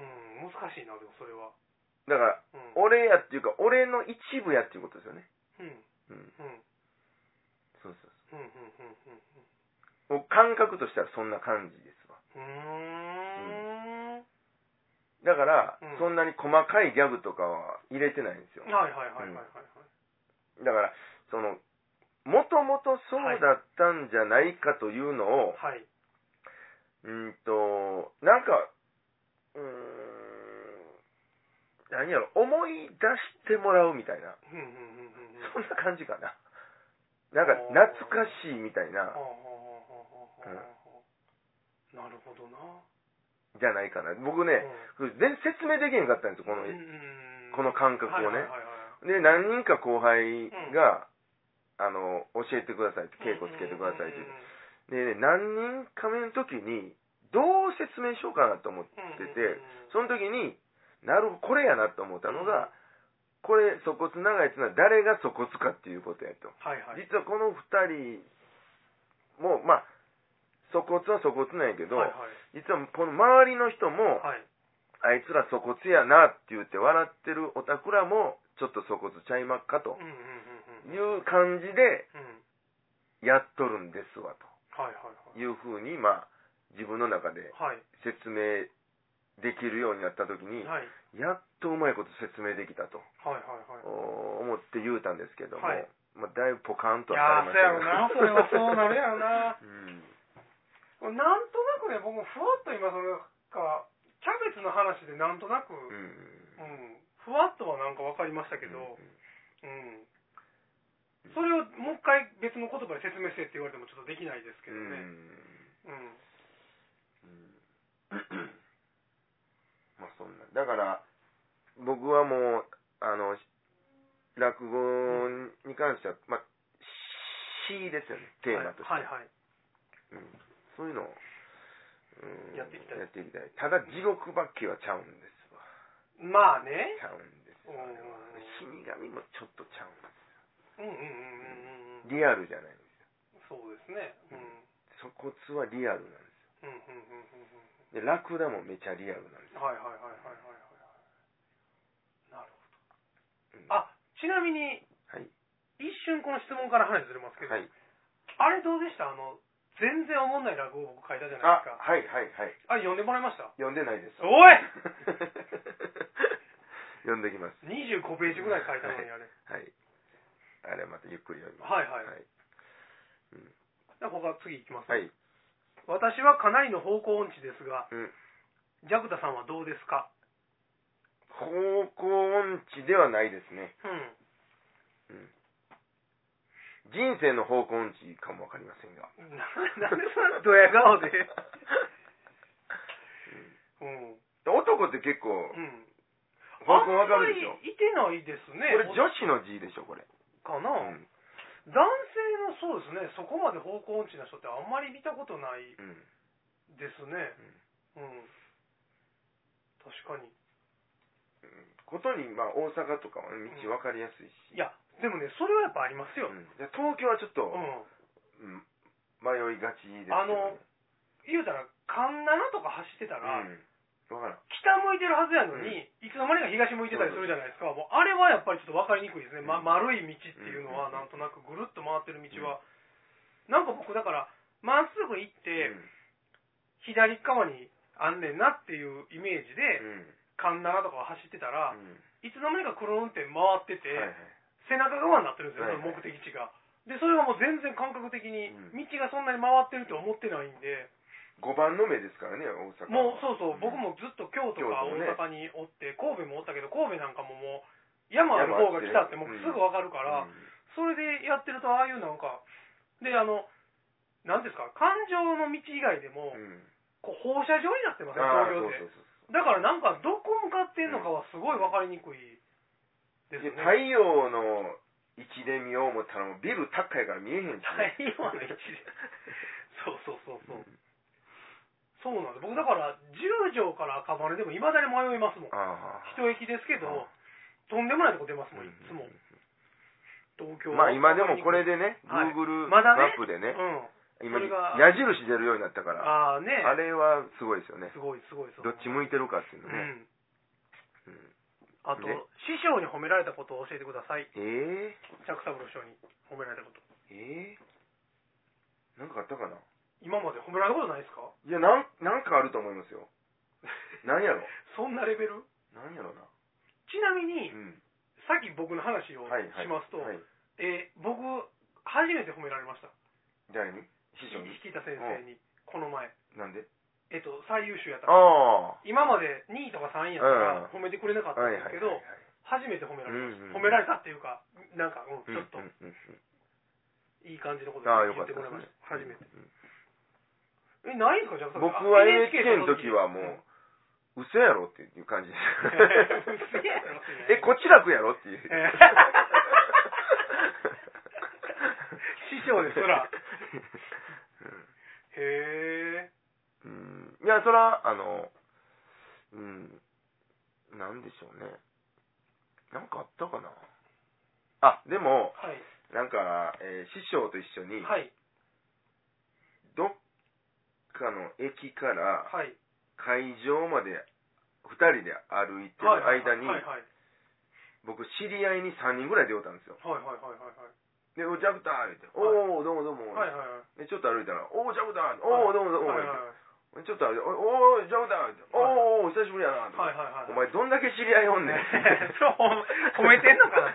[SPEAKER 1] ん
[SPEAKER 2] うん、難しいな、でもそれは。
[SPEAKER 1] だから
[SPEAKER 2] うん。
[SPEAKER 1] 俺やっていうか俺の一部やっていうことですよね
[SPEAKER 2] うん。
[SPEAKER 1] うん
[SPEAKER 2] うん。
[SPEAKER 1] そうそ
[SPEAKER 2] うん。
[SPEAKER 1] う
[SPEAKER 2] うん。うん。うん。
[SPEAKER 1] そうもう感覚としてはそんな感じですわ
[SPEAKER 2] うん。う
[SPEAKER 1] だから、
[SPEAKER 2] うん
[SPEAKER 1] そんなに細かいギャグとかは入れてないんですよ。
[SPEAKER 2] はいはいはいはいはいはい。
[SPEAKER 1] だから、その、もともとそうだったんじゃないかというのを、
[SPEAKER 2] はい。
[SPEAKER 1] うーんと、なんか、うーん、何やろ、思い出してもらうみたいな、
[SPEAKER 2] うんうんうんうんうん。
[SPEAKER 1] そんな感じかな。なんか、懐かしいみたいな
[SPEAKER 2] はあ、はあはあはあはあはあなるほどな。
[SPEAKER 1] じゃないかな。僕ね、全然説明できへんかったんですよ、この、
[SPEAKER 2] うんうんうん
[SPEAKER 1] この感覚を
[SPEAKER 2] はい
[SPEAKER 1] ね
[SPEAKER 2] はい。はいはい
[SPEAKER 1] で、何人か後輩が、あの、教えてくださいって、稽古つけてくださいって言って。でね、何人か目の時に、どう説明しようかなと思ってて、その時に、なるほど、これやなと思ったのが、、これ、粗骨長いってのは誰が粗骨かっていうことやと。
[SPEAKER 2] はいはい。
[SPEAKER 1] 実はこの二人も、まあ、粗骨は粗骨なんやけど、
[SPEAKER 2] はいはい
[SPEAKER 1] 実はこの周りの人も、
[SPEAKER 2] はい
[SPEAKER 1] あいつら粗骨やなって言って笑ってるオタクらも、ちょっと粗骨ちゃいまっかと
[SPEAKER 2] うんうんうんうんうん
[SPEAKER 1] いう感じでやっとるんですわ
[SPEAKER 2] はいはい
[SPEAKER 1] というふうに、まあ、自分の中で
[SPEAKER 2] はい。はい。
[SPEAKER 1] 説明できるようになった時に、
[SPEAKER 2] はい。
[SPEAKER 1] やっとうまいこと説明できたと
[SPEAKER 2] はいはいはい。
[SPEAKER 1] お思って言うたんですけども、
[SPEAKER 2] はい
[SPEAKER 1] まあ、だいぶポカン
[SPEAKER 2] い
[SPEAKER 1] と
[SPEAKER 2] や
[SPEAKER 1] は
[SPEAKER 2] ー、
[SPEAKER 1] さ
[SPEAKER 2] そうやろ
[SPEAKER 1] れ
[SPEAKER 2] な
[SPEAKER 1] [LAUGHS] ま、
[SPEAKER 2] それは
[SPEAKER 1] したけど
[SPEAKER 2] そうなるやろな。
[SPEAKER 1] うん
[SPEAKER 2] これなんとなくね、僕もふわっと今、その、か、キャベツの話でなんとなく、
[SPEAKER 1] う
[SPEAKER 2] うん、
[SPEAKER 1] ん
[SPEAKER 2] ふわっとはなんかわかりましたけど、うん。それをもう一回別の言葉で説明してって言われてもちょっとできないですけ
[SPEAKER 1] う
[SPEAKER 2] ど
[SPEAKER 1] ん
[SPEAKER 2] ね。うん。
[SPEAKER 1] まあそんなだから僕はもうあの落語に関しては、まあ詩ですよねテーマとして、
[SPEAKER 2] はいはいはい。
[SPEAKER 1] うんそういうのを、うん
[SPEAKER 2] やっていきたい
[SPEAKER 1] やっていきたいただ地獄ばっけはちゃうんですわ
[SPEAKER 2] まあね
[SPEAKER 1] ち。ゃうんですよあれは死
[SPEAKER 2] う
[SPEAKER 1] 神もちょっとちゃうん
[SPEAKER 2] んうんうんうんうんうん。
[SPEAKER 1] ですリアルじゃないんで
[SPEAKER 2] そうですね。うん。
[SPEAKER 1] すよ粗骨はリアルなん
[SPEAKER 2] う
[SPEAKER 1] で
[SPEAKER 2] んうんうんうん
[SPEAKER 1] すよでラクダもめちゃリアルなんです
[SPEAKER 2] うん。はいはいはいはいはいはい。なる
[SPEAKER 1] よ、うん
[SPEAKER 2] ほど。あ、ちなみに、
[SPEAKER 1] はい
[SPEAKER 2] 一瞬この質問から話ずれますけど、
[SPEAKER 1] はい
[SPEAKER 2] あれどうでしたあの、全然思んない落語を僕書いたじゃない
[SPEAKER 1] あ
[SPEAKER 2] ですか。
[SPEAKER 1] はいはいは
[SPEAKER 2] あ
[SPEAKER 1] い
[SPEAKER 2] れ読んでもらいました
[SPEAKER 1] 読んでないです
[SPEAKER 2] おい
[SPEAKER 1] [LAUGHS] 読んできます
[SPEAKER 2] !25 ページぐらい書いたの
[SPEAKER 1] [LAUGHS]
[SPEAKER 2] にあれ。
[SPEAKER 1] はいあれはまたゆっくり読みます
[SPEAKER 2] はいはい。
[SPEAKER 1] はい
[SPEAKER 2] じゃあ他次行きます、
[SPEAKER 1] はい、
[SPEAKER 2] 私はかなりの方向音痴ですが、
[SPEAKER 1] うん
[SPEAKER 2] ジャクタさんはどうですか
[SPEAKER 1] 方向音痴ではないですね
[SPEAKER 2] うん。
[SPEAKER 1] 人生の方向音痴かもわかりませんが
[SPEAKER 2] な [LAUGHS] なんでそんなドヤ顔で。うん。
[SPEAKER 1] 男って結構
[SPEAKER 2] うん。
[SPEAKER 1] 方向わかるでしょ
[SPEAKER 2] あんまりいてないですね。
[SPEAKER 1] これ女子の字でしょこれ、
[SPEAKER 2] か
[SPEAKER 1] う
[SPEAKER 2] な、
[SPEAKER 1] ん
[SPEAKER 2] 男性のそうですね、そこまで方向音痴な人ってあんまり見たことない
[SPEAKER 1] うん
[SPEAKER 2] ですね。うん。確かに。
[SPEAKER 1] ことに、まあ、大阪とかはね道分かりやすいし、
[SPEAKER 2] いや、でもね、それはやっぱありますよ。
[SPEAKER 1] うんじゃあ東京はちょっと
[SPEAKER 2] う、ん。
[SPEAKER 1] うん迷いがちですけどね
[SPEAKER 2] あの言うたら、環7とか走ってたら、
[SPEAKER 1] うん、分からん
[SPEAKER 2] 北向いてるはずやのに、いつの間にか東向いてたりするじゃないですか。もうあれはやっぱりちょっと分かりにくいですね。ま、丸い道っていうのは、
[SPEAKER 1] うん
[SPEAKER 2] なんとなくぐるっと回ってる道は。なんか僕、だから、まっすぐ行って、左側にあんねんなっていうイメージ
[SPEAKER 1] うん
[SPEAKER 2] で、
[SPEAKER 1] うん
[SPEAKER 2] 環7とかを走ってたら
[SPEAKER 1] う、ん
[SPEAKER 2] いつの間にかくるんって回ってて、
[SPEAKER 1] はいはい
[SPEAKER 2] 背中側になってるんですよ、
[SPEAKER 1] はい
[SPEAKER 2] その目的地が。で、それはもう全然感覚的に
[SPEAKER 1] うん、
[SPEAKER 2] 道がそんなに回ってると思ってないんで、
[SPEAKER 1] 五番の目ですからね大阪
[SPEAKER 2] もう
[SPEAKER 1] う
[SPEAKER 2] そうそう
[SPEAKER 1] う、ん
[SPEAKER 2] 僕もずっと京都か
[SPEAKER 1] 京都もね
[SPEAKER 2] 大阪におって、神戸もおったけど、神戸なんかももう、山ある方が来たって、もう
[SPEAKER 1] 山あっ
[SPEAKER 2] す
[SPEAKER 1] て
[SPEAKER 2] ぐわかるから、それでやってると、ああいうなんか、で、あの、なんですか、環状の道以外でも
[SPEAKER 1] う、ん、
[SPEAKER 2] こう放射状になってません、
[SPEAKER 1] ああ
[SPEAKER 2] 東
[SPEAKER 1] そう
[SPEAKER 2] 京っ
[SPEAKER 1] そう
[SPEAKER 2] て。
[SPEAKER 1] そう
[SPEAKER 2] だからなんか、どこ向かってんのかはすごいわかりにくいです
[SPEAKER 1] で
[SPEAKER 2] ね。
[SPEAKER 1] 太陽の位置で見よう思ったらもうビル高いから見えへんし、ね、
[SPEAKER 2] 太陽の位置でそうそうそうそう、そうなんです僕だから十条から赤羽でもいまだに迷いますもん
[SPEAKER 1] ああ
[SPEAKER 2] 一駅ですけ
[SPEAKER 1] うん
[SPEAKER 2] どとんでもないとこ出ますもんいつも、東京
[SPEAKER 1] まあ今でもこれ
[SPEAKER 2] で
[SPEAKER 1] でね、
[SPEAKER 2] はい
[SPEAKER 1] Google
[SPEAKER 2] まだね
[SPEAKER 1] マップでね、
[SPEAKER 2] うんそ
[SPEAKER 1] 今
[SPEAKER 2] れが
[SPEAKER 1] 矢印出るようになったから、
[SPEAKER 2] ああね
[SPEAKER 1] あれはすごいですよね
[SPEAKER 2] すごいすごいすごい
[SPEAKER 1] どっち向いてるかっていうの
[SPEAKER 2] う
[SPEAKER 1] ね、
[SPEAKER 2] ん
[SPEAKER 1] うん
[SPEAKER 2] あと、
[SPEAKER 1] ね
[SPEAKER 2] 師匠に褒められたことを教えてください
[SPEAKER 1] え
[SPEAKER 2] 百三郎師匠に褒められたこと
[SPEAKER 1] ー、えー、なんかあったかな [LAUGHS]
[SPEAKER 2] 今まで褒められたことないですか
[SPEAKER 1] いやなんなんかあると思いますよ何やろ
[SPEAKER 2] そんなレベル
[SPEAKER 1] 何やろな。
[SPEAKER 2] ちなみに、
[SPEAKER 1] うん。
[SPEAKER 2] さっき僕の話を
[SPEAKER 1] はいはい。
[SPEAKER 2] しますと、
[SPEAKER 1] はい、
[SPEAKER 2] えー僕、初めて褒められました。
[SPEAKER 1] 誰に師匠に。
[SPEAKER 2] 引田先生に、この前。
[SPEAKER 1] なんで
[SPEAKER 2] えっと、最優秀やったから。
[SPEAKER 1] ああ。
[SPEAKER 2] 今まで2位とか3位やったから褒めてくれなかった
[SPEAKER 1] は
[SPEAKER 2] ん
[SPEAKER 1] いはい
[SPEAKER 2] です
[SPEAKER 1] は
[SPEAKER 2] けど
[SPEAKER 1] いはい、。
[SPEAKER 2] 初めて褒められま
[SPEAKER 1] うん
[SPEAKER 2] し
[SPEAKER 1] うん
[SPEAKER 2] た。褒められたっていうか、なんか、うん、ちょっと
[SPEAKER 1] うんうん
[SPEAKER 2] いい感じのこと
[SPEAKER 1] ああ、よ
[SPEAKER 2] 言
[SPEAKER 1] かっ
[SPEAKER 2] って
[SPEAKER 1] たで
[SPEAKER 2] も
[SPEAKER 1] す
[SPEAKER 2] らいまし。た。初
[SPEAKER 1] ね
[SPEAKER 2] めて。
[SPEAKER 1] うん
[SPEAKER 2] え、ないんですか、ジャクソン
[SPEAKER 1] 僕は
[SPEAKER 2] あ
[SPEAKER 1] NHK の時はも
[SPEAKER 2] うん
[SPEAKER 1] う、嘘やろっていう感じです
[SPEAKER 2] 嘘やろってね
[SPEAKER 1] え、こっち楽やろ [LAUGHS] っていう。
[SPEAKER 2] え師匠ですら。へえ。
[SPEAKER 1] うん。いや、そら、あの、うん、なんでしょうね。なんかあったかな。あ、でも、
[SPEAKER 2] はい。
[SPEAKER 1] なんか、えー師匠と一緒に、
[SPEAKER 2] はい。
[SPEAKER 1] どっかの駅から
[SPEAKER 2] はい。
[SPEAKER 1] 会場まで2人で歩いてる間に
[SPEAKER 2] はいはい
[SPEAKER 1] 僕知り合いに3人ぐらい出会うたんですよ
[SPEAKER 2] はいはいはいは
[SPEAKER 1] で「おジャブター」言って「
[SPEAKER 2] はい
[SPEAKER 1] おおどうもどうも」
[SPEAKER 2] いはいはいはいはい
[SPEAKER 1] でちょっと歩いたら「おおジャブター」おおどうもどうも」
[SPEAKER 2] はいはい
[SPEAKER 1] 言ってちょっと歩いて「おおジャブター」言って「おお久しぶりやな」と
[SPEAKER 2] はいはいはい [LAUGHS]
[SPEAKER 1] お前どんだけ知り合いおんねん」
[SPEAKER 2] そう褒めてんのかな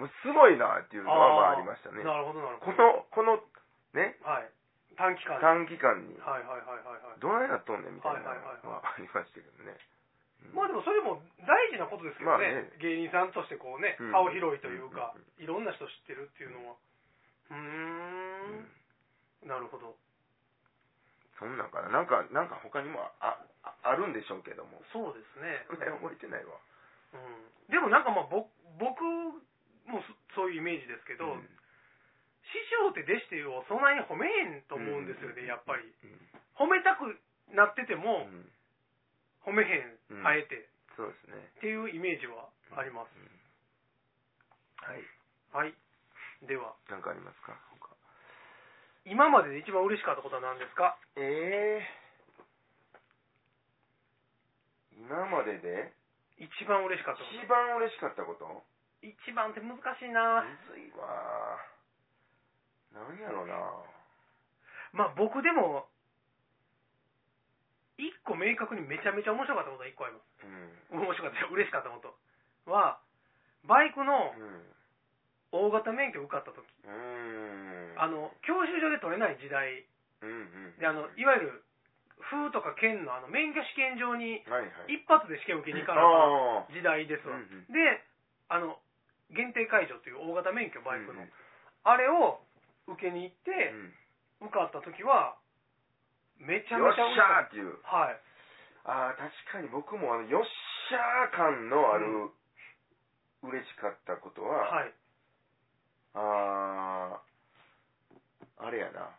[SPEAKER 1] うんすごいなっていうのはまあありましたね
[SPEAKER 2] なるほどなるほ
[SPEAKER 1] こ
[SPEAKER 2] ど
[SPEAKER 1] のこのね
[SPEAKER 2] はい短期間はい
[SPEAKER 1] 短期間に
[SPEAKER 2] はいはいはいはい
[SPEAKER 1] どないなっとんねんみたいなの
[SPEAKER 2] はいはいはいは
[SPEAKER 1] はありましたけどね
[SPEAKER 2] まあでもそれも大事なことですけど
[SPEAKER 1] まあ
[SPEAKER 2] ね
[SPEAKER 1] ね
[SPEAKER 2] 芸人さんとしてこうね
[SPEAKER 1] うん
[SPEAKER 2] 顔広いというか
[SPEAKER 1] う
[SPEAKER 2] いろんな人知ってるっていうのはうーんなるほど
[SPEAKER 1] そんなんかななんかなんか他にもあああるんでしょうけども [LAUGHS]
[SPEAKER 2] そうですね
[SPEAKER 1] そんな [LAUGHS] に覚えてないわ
[SPEAKER 2] うんでもなんかまあぼ僕もそそういうイメージですけど、
[SPEAKER 1] ん
[SPEAKER 2] 師匠って弟子っていうをそんなに褒めへんと思うんですよね、
[SPEAKER 1] うん
[SPEAKER 2] やっぱり
[SPEAKER 1] うん
[SPEAKER 2] 褒めたくなってて
[SPEAKER 1] う
[SPEAKER 2] も
[SPEAKER 1] ん
[SPEAKER 2] 褒めへん、
[SPEAKER 1] うん
[SPEAKER 2] あえて
[SPEAKER 1] そうですね
[SPEAKER 2] っていうイメージはあります、
[SPEAKER 1] はい
[SPEAKER 2] はいでは
[SPEAKER 1] なんかありますか他
[SPEAKER 2] 今までで一番嬉しかったことは何ですか
[SPEAKER 1] ええ今までで
[SPEAKER 2] 一番嬉しかったこと
[SPEAKER 1] 一番嬉しかったこと
[SPEAKER 2] 一番って難しいな、
[SPEAKER 1] むずいわなんやろうな
[SPEAKER 2] まあ僕でも一個明確にめちゃめちゃ面白かったことは一個あります
[SPEAKER 1] うん
[SPEAKER 2] 面白かった嬉しかったことはバイクの
[SPEAKER 1] うん
[SPEAKER 2] 大型免許受かった時
[SPEAKER 1] うん
[SPEAKER 2] あの教習所で取れない時代
[SPEAKER 1] うんうん
[SPEAKER 2] であのいわゆる府とか県のあの免許試験場に
[SPEAKER 1] はいはい
[SPEAKER 2] 一発で試験受けに行かなあかん
[SPEAKER 1] あ
[SPEAKER 2] 時代です
[SPEAKER 1] ーう
[SPEAKER 2] わ、
[SPEAKER 1] んうん
[SPEAKER 2] であの限定解除という大型免許バイクの、
[SPEAKER 1] うん
[SPEAKER 2] あれを受けに行って、
[SPEAKER 1] うん
[SPEAKER 2] 受かった時はめちゃめ
[SPEAKER 1] よっ
[SPEAKER 2] ち
[SPEAKER 1] し
[SPEAKER 2] ゃ嬉しかっ
[SPEAKER 1] ゃーっていう
[SPEAKER 2] たはい
[SPEAKER 1] ああ確かに僕もあのよっしゃー感のある嬉しかったことは、 [LAUGHS]
[SPEAKER 2] はい
[SPEAKER 1] あああれやな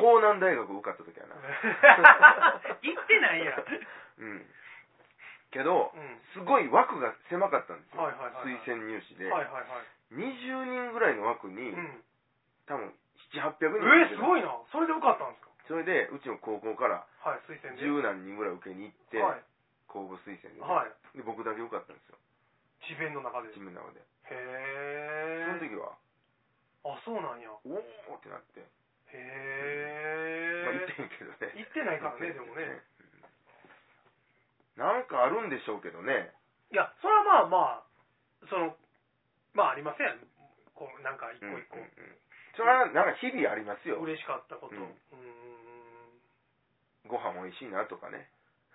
[SPEAKER 1] 江南大学受かった時やな
[SPEAKER 2] [LAUGHS] 行ってないやん
[SPEAKER 1] うんけど
[SPEAKER 2] うん
[SPEAKER 1] すごい枠が狭かったんですよ、
[SPEAKER 2] はいはいはいはい
[SPEAKER 1] 推薦入試で、
[SPEAKER 2] はいはいはい
[SPEAKER 1] 20人ぐらいの枠に、
[SPEAKER 2] うん
[SPEAKER 1] 多分700800人
[SPEAKER 2] えー、す
[SPEAKER 1] い
[SPEAKER 2] ごいなそれで受かったんです
[SPEAKER 1] それでうちの高校から
[SPEAKER 2] かはい推薦で
[SPEAKER 1] 十何人ぐらい受けに行って、
[SPEAKER 2] はい
[SPEAKER 1] 公募推薦で,、
[SPEAKER 2] はい
[SPEAKER 1] で僕だけ受かったんですよ
[SPEAKER 2] 自弁の中でへ
[SPEAKER 1] 自分の中でその
[SPEAKER 2] え
[SPEAKER 1] 時は
[SPEAKER 2] あそうなんや
[SPEAKER 1] おおってなって、まあ、言っ
[SPEAKER 2] へ
[SPEAKER 1] てんけどね
[SPEAKER 2] え行ってないからねでもね
[SPEAKER 1] なんかあるんでしょうけどね
[SPEAKER 2] いやそれはまあまあそのまあありませんこうなんか一個一個
[SPEAKER 1] うんうんうんそれはなんか日々ありますよ
[SPEAKER 2] 嬉しかったことう
[SPEAKER 1] うんん
[SPEAKER 2] ん
[SPEAKER 1] ご飯おいしいなとかね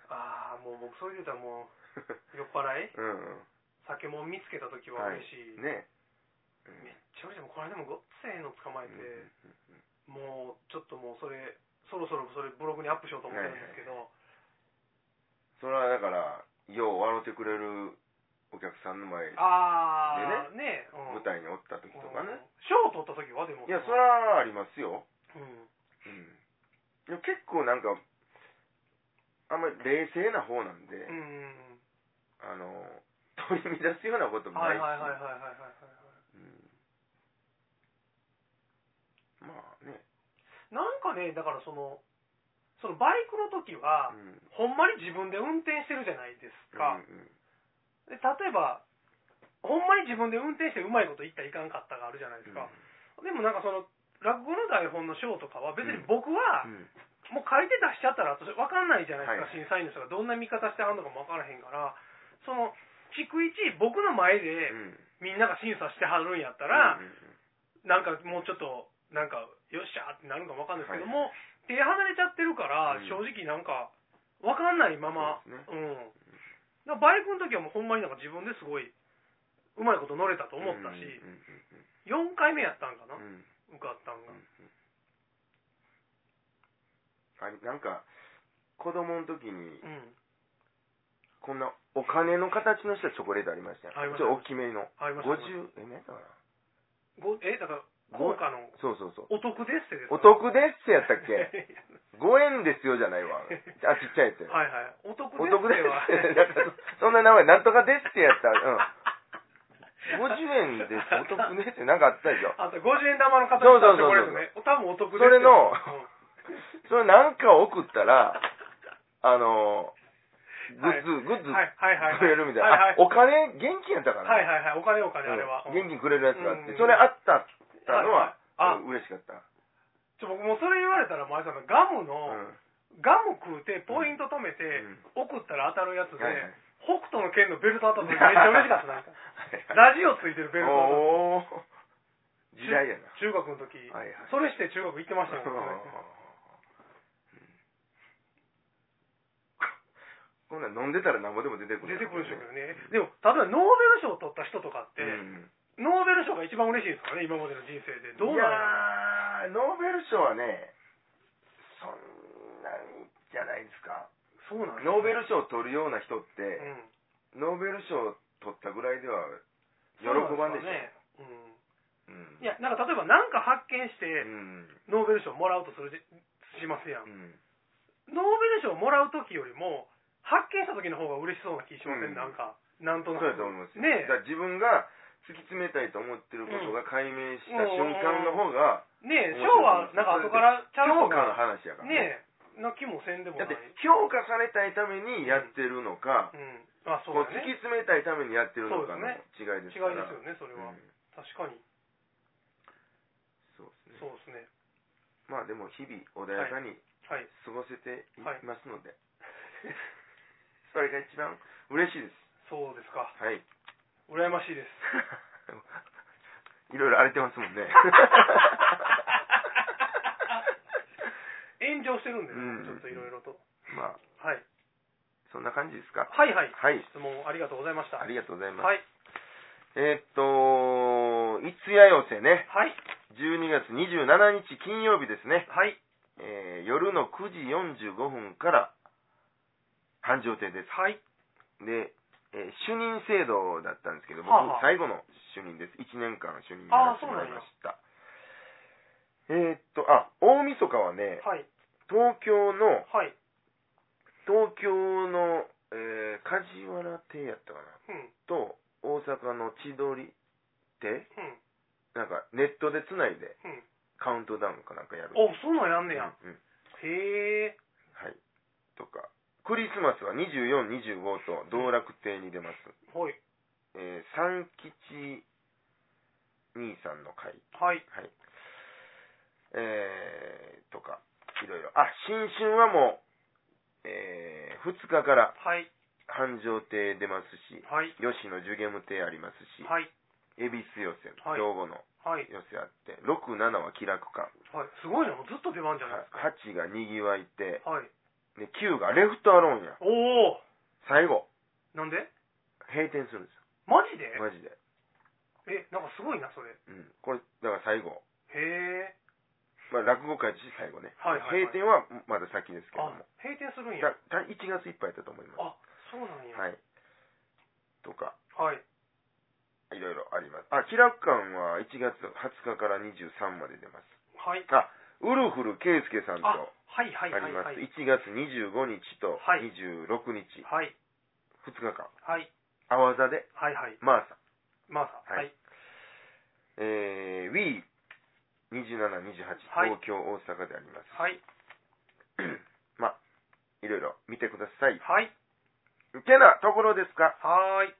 [SPEAKER 2] ああもう僕そういうたらも
[SPEAKER 1] [LAUGHS]
[SPEAKER 2] う酔っ払い
[SPEAKER 1] うん
[SPEAKER 2] 酒もん見つけた時は嬉しい、
[SPEAKER 1] うんね
[SPEAKER 2] めっちゃ嬉しいもうこれでもごっつええの捕まえて、もうちょっともうそれそろそろそれブログにアップしようと思ってるんですけど、
[SPEAKER 1] それはだからよう笑ってくれるお客さんの前
[SPEAKER 2] ああねうん
[SPEAKER 1] 舞台におった時とかね
[SPEAKER 2] 賞取った時はでも
[SPEAKER 1] いやそれはありますよ
[SPEAKER 2] うん
[SPEAKER 1] うんでも結構なんかあんまり冷静な方なんで、
[SPEAKER 2] うん
[SPEAKER 1] あの取り乱すようなこともな
[SPEAKER 2] はいい
[SPEAKER 1] し、
[SPEAKER 2] はいはいはいはいはいはい
[SPEAKER 1] うんまあね、
[SPEAKER 2] なんかねだからそのそのバイクの時は、
[SPEAKER 1] うん
[SPEAKER 2] ほんまに自分で運転してるじゃないですか
[SPEAKER 1] うん、うん
[SPEAKER 2] で例えばほんまに自分で運転してうまいこと言ったらいかんかったがあるじゃないですか、でもなんかその落語の台本の賞とかは別に僕は
[SPEAKER 1] うん
[SPEAKER 2] 客もう書いて出しちゃったら、私分かんないじゃないですか、
[SPEAKER 1] はい
[SPEAKER 2] 審査員の人がどんな見方してはんのかも分からへんから、その、聞く位置、僕の前
[SPEAKER 1] う
[SPEAKER 2] で
[SPEAKER 1] ん
[SPEAKER 2] みんなが審査してはるんやったら
[SPEAKER 1] うん、うん
[SPEAKER 2] なんかもうちょっと、なんか、よっしゃーってなるのかも分かんないですけども、手離れちゃってるから
[SPEAKER 1] う、ん
[SPEAKER 2] 正直なんか、分かんないまま、
[SPEAKER 1] そうです
[SPEAKER 2] うん。だからバイクの時はもうほんまになんか自分ですごい、うまいこと乗れたと思ったし、
[SPEAKER 1] うん
[SPEAKER 2] 4回目やったんかな、
[SPEAKER 1] うんうんうんうん
[SPEAKER 2] 受かったんが。
[SPEAKER 1] あれなんか子供の時に
[SPEAKER 2] うん。
[SPEAKER 1] こんなお金の形のしたチョコレートありましたよ
[SPEAKER 2] ありました
[SPEAKER 1] ちょっと大きめの
[SPEAKER 2] ありましたね。
[SPEAKER 1] 50え何やったかな
[SPEAKER 2] ごえ、だから、
[SPEAKER 1] ご
[SPEAKER 2] 豪華の
[SPEAKER 1] そうそうそ
[SPEAKER 2] お
[SPEAKER 1] う
[SPEAKER 2] 得ですってですか
[SPEAKER 1] お得ですってやった
[SPEAKER 2] [LAUGHS]
[SPEAKER 1] っけ
[SPEAKER 2] は
[SPEAKER 1] 5円ですよじゃないわあちっちゃいやつや
[SPEAKER 2] いはい。お得です
[SPEAKER 1] お得です
[SPEAKER 2] は。 [LAUGHS]
[SPEAKER 1] なんか [LAUGHS] そんな名前なんとかですってやったうん50円ですお得ねってなんかあったでしょ
[SPEAKER 2] あと50円玉の形
[SPEAKER 1] そうそうそうそう
[SPEAKER 2] これですね。多分お得ですよ。
[SPEAKER 1] それ
[SPEAKER 2] う
[SPEAKER 1] の
[SPEAKER 2] ん
[SPEAKER 1] それなんかを送ったらあのグッズ、グッズ
[SPEAKER 2] はいはいはいはい。
[SPEAKER 1] くれるみたいな、
[SPEAKER 2] はいはい
[SPEAKER 1] あお金現金やったかな、
[SPEAKER 2] はいはいはい。お金お金、あれは。
[SPEAKER 1] うん現
[SPEAKER 2] 金
[SPEAKER 1] 金くれるやつがあって、
[SPEAKER 2] うん
[SPEAKER 1] それあったったのは、
[SPEAKER 2] あ、
[SPEAKER 1] 嬉しかった、
[SPEAKER 2] ちょ、僕もうそれ言われたら、前田さん、ガム
[SPEAKER 1] う
[SPEAKER 2] の、
[SPEAKER 1] ん
[SPEAKER 2] ガム食うて、ポイント止めて
[SPEAKER 1] うん、
[SPEAKER 2] 送ったら当たるやつで
[SPEAKER 1] はいはい、
[SPEAKER 2] 北斗の剣のベルト当たった時めっちゃ嬉しかった、
[SPEAKER 1] [LAUGHS]
[SPEAKER 2] なんか。ラジオついてるベルト当たった。
[SPEAKER 1] おー時代やな
[SPEAKER 2] 中学の時、
[SPEAKER 1] はいはい
[SPEAKER 2] それして中学行ってましたもんね。
[SPEAKER 1] [LAUGHS] こんなん飲んでたらなんぼでも出てく
[SPEAKER 2] 出
[SPEAKER 1] る
[SPEAKER 2] てくるでしょうけどね。でも、例えばノーベル賞を取った人とかって、
[SPEAKER 1] うん
[SPEAKER 2] ノーベル賞が一番嬉しいですからね、今までの人生で。どう
[SPEAKER 1] いや
[SPEAKER 2] なの
[SPEAKER 1] ーノーベル賞はねそんなにじゃないですか
[SPEAKER 2] そうなんですね
[SPEAKER 1] ノーベル賞を取るような人
[SPEAKER 2] う
[SPEAKER 1] って、
[SPEAKER 2] ん。
[SPEAKER 1] ノーベル賞を取ったぐらいでは喜
[SPEAKER 2] そう
[SPEAKER 1] ば
[SPEAKER 2] なん
[SPEAKER 1] でしょ
[SPEAKER 2] すかね。うん。い
[SPEAKER 1] うん
[SPEAKER 2] や、なんか例えば何か発見し
[SPEAKER 1] う
[SPEAKER 2] て、
[SPEAKER 1] ん
[SPEAKER 2] ノーベル賞もらうとするじしますやん。
[SPEAKER 1] うん
[SPEAKER 2] ノーベル賞もらう時よりも、発見した時の方が嬉しそうな気しません、
[SPEAKER 1] うん
[SPEAKER 2] なんか。なんと
[SPEAKER 1] そう
[SPEAKER 2] な
[SPEAKER 1] だ
[SPEAKER 2] く。
[SPEAKER 1] と思いますよ
[SPEAKER 2] ねえ
[SPEAKER 1] だから自分が突き詰めたいと思ってることが解明した瞬間の方が
[SPEAKER 2] ねえ、賞はなんか後からちゃうと
[SPEAKER 1] 評価の
[SPEAKER 2] か、
[SPEAKER 1] 話やから、
[SPEAKER 2] ねえ、な気もせんでも
[SPEAKER 1] だ
[SPEAKER 2] な
[SPEAKER 1] っ
[SPEAKER 2] い。
[SPEAKER 1] て評価されたいためにやってるのか、
[SPEAKER 2] うん。あ、そう
[SPEAKER 1] こう
[SPEAKER 2] だ
[SPEAKER 1] 突
[SPEAKER 2] ね。
[SPEAKER 1] き詰めたいためにやってるのか
[SPEAKER 2] そう
[SPEAKER 1] の
[SPEAKER 2] です
[SPEAKER 1] 違い
[SPEAKER 2] 違い
[SPEAKER 1] で
[SPEAKER 2] ですよ
[SPEAKER 1] すから
[SPEAKER 2] ね、それは。
[SPEAKER 1] うん
[SPEAKER 2] 確かに。
[SPEAKER 1] そうですね
[SPEAKER 2] そうですね。
[SPEAKER 1] まあでも日々穏やかに
[SPEAKER 2] はい。
[SPEAKER 1] 過ごせてい
[SPEAKER 2] はい
[SPEAKER 1] ますので、 [LAUGHS] それが一番嬉しいです
[SPEAKER 2] そうですか。
[SPEAKER 1] はい [LAUGHS]
[SPEAKER 2] 羨ましいです。
[SPEAKER 1] いろいろ荒れてますも
[SPEAKER 2] [LAUGHS]
[SPEAKER 1] んね
[SPEAKER 2] 炎上してるんでね、
[SPEAKER 1] うん
[SPEAKER 2] ちょっといろいろと。
[SPEAKER 1] まあ
[SPEAKER 2] はい。
[SPEAKER 1] そんな感じですか
[SPEAKER 2] はいはい。
[SPEAKER 1] はい
[SPEAKER 2] 質問ありがとうございました。
[SPEAKER 1] ありがとうございます、
[SPEAKER 2] はい。
[SPEAKER 1] えーっと、いつや寄せね、
[SPEAKER 2] はい。
[SPEAKER 1] 12月27日金曜日ですね、
[SPEAKER 2] はい。
[SPEAKER 1] えー夜の9時45分から繁盛亭で
[SPEAKER 2] はい。
[SPEAKER 1] す。で、えー主任制度だったんですけど、僕、
[SPEAKER 2] はあはあ
[SPEAKER 1] 最後の主任です。1年間主任にならせてもらいました。えーっと、あ、大晦日はね、
[SPEAKER 2] はい。
[SPEAKER 1] 東京の、
[SPEAKER 2] はい。
[SPEAKER 1] 東京の、えー梶原亭やったかな、
[SPEAKER 2] うん。
[SPEAKER 1] と、大阪の千鳥亭
[SPEAKER 2] うん。
[SPEAKER 1] なんかネットでつないで
[SPEAKER 2] うん。
[SPEAKER 1] カウントダウンかなんかやる。
[SPEAKER 2] お、そうなんやんねや。
[SPEAKER 1] うんうん
[SPEAKER 2] へえ。
[SPEAKER 1] はい。とか。クリスマスは24、25と道楽亭に出ます。
[SPEAKER 2] はい。
[SPEAKER 1] えー、三吉兄さんの会。
[SPEAKER 2] はい。
[SPEAKER 1] はい。えー、とか、いろいろ。あ、新春はもう、えー、2日から
[SPEAKER 2] はい。
[SPEAKER 1] 繁盛亭出ますし、
[SPEAKER 2] はい。
[SPEAKER 1] 吉野寿ゲム亭ありますし、
[SPEAKER 2] はい。
[SPEAKER 1] 恵比寿寄せ、
[SPEAKER 2] はい
[SPEAKER 1] 兵庫の
[SPEAKER 2] はい。
[SPEAKER 1] 寄せあって、6、7は気楽館、
[SPEAKER 2] はい。すごいな。もうずっと出番じゃないですか。
[SPEAKER 1] 8がにぎわい亭、
[SPEAKER 2] はい。
[SPEAKER 1] で9がレフトアローンや。
[SPEAKER 2] おお。
[SPEAKER 1] 最後、
[SPEAKER 2] なんで
[SPEAKER 1] 閉店するんです
[SPEAKER 2] マジで
[SPEAKER 1] よ。マジで。
[SPEAKER 2] え、なんかすごいな、それ。へ
[SPEAKER 1] うん。これ、だから最後。
[SPEAKER 2] え。
[SPEAKER 1] まあ、落語会として最後ね。
[SPEAKER 2] はいはいはい
[SPEAKER 1] 閉店はまだ先ですけど
[SPEAKER 2] あ
[SPEAKER 1] も。、
[SPEAKER 2] 閉店するんや
[SPEAKER 1] だ。だ1月いっぱいだと思いま
[SPEAKER 2] あ、
[SPEAKER 1] す。
[SPEAKER 2] そうなんや。
[SPEAKER 1] はい。とか、
[SPEAKER 2] はい。
[SPEAKER 1] いろいろあります。あ、気楽館は1月20日から23まで出ます。
[SPEAKER 2] はい。
[SPEAKER 1] あ、ウルフル圭介さんと
[SPEAKER 2] あ
[SPEAKER 1] あ、
[SPEAKER 2] はいはい
[SPEAKER 1] り
[SPEAKER 2] はい
[SPEAKER 1] ま
[SPEAKER 2] は
[SPEAKER 1] す。
[SPEAKER 2] い。
[SPEAKER 1] 1月25日と
[SPEAKER 2] はい
[SPEAKER 1] 26日、
[SPEAKER 2] はい。
[SPEAKER 1] 2日間、
[SPEAKER 2] はい。
[SPEAKER 1] あわざで、
[SPEAKER 2] はいはい。
[SPEAKER 1] マーサ、
[SPEAKER 2] マーサ。
[SPEAKER 1] は
[SPEAKER 2] はいい。
[SPEAKER 1] えー、Wii、27、28、
[SPEAKER 2] はい
[SPEAKER 1] 東京、大阪であります。 [CLEARS THROAT]
[SPEAKER 2] はい。
[SPEAKER 1] まあ、いろいろ見てください。
[SPEAKER 2] はい。
[SPEAKER 1] てなところですか
[SPEAKER 2] はーい。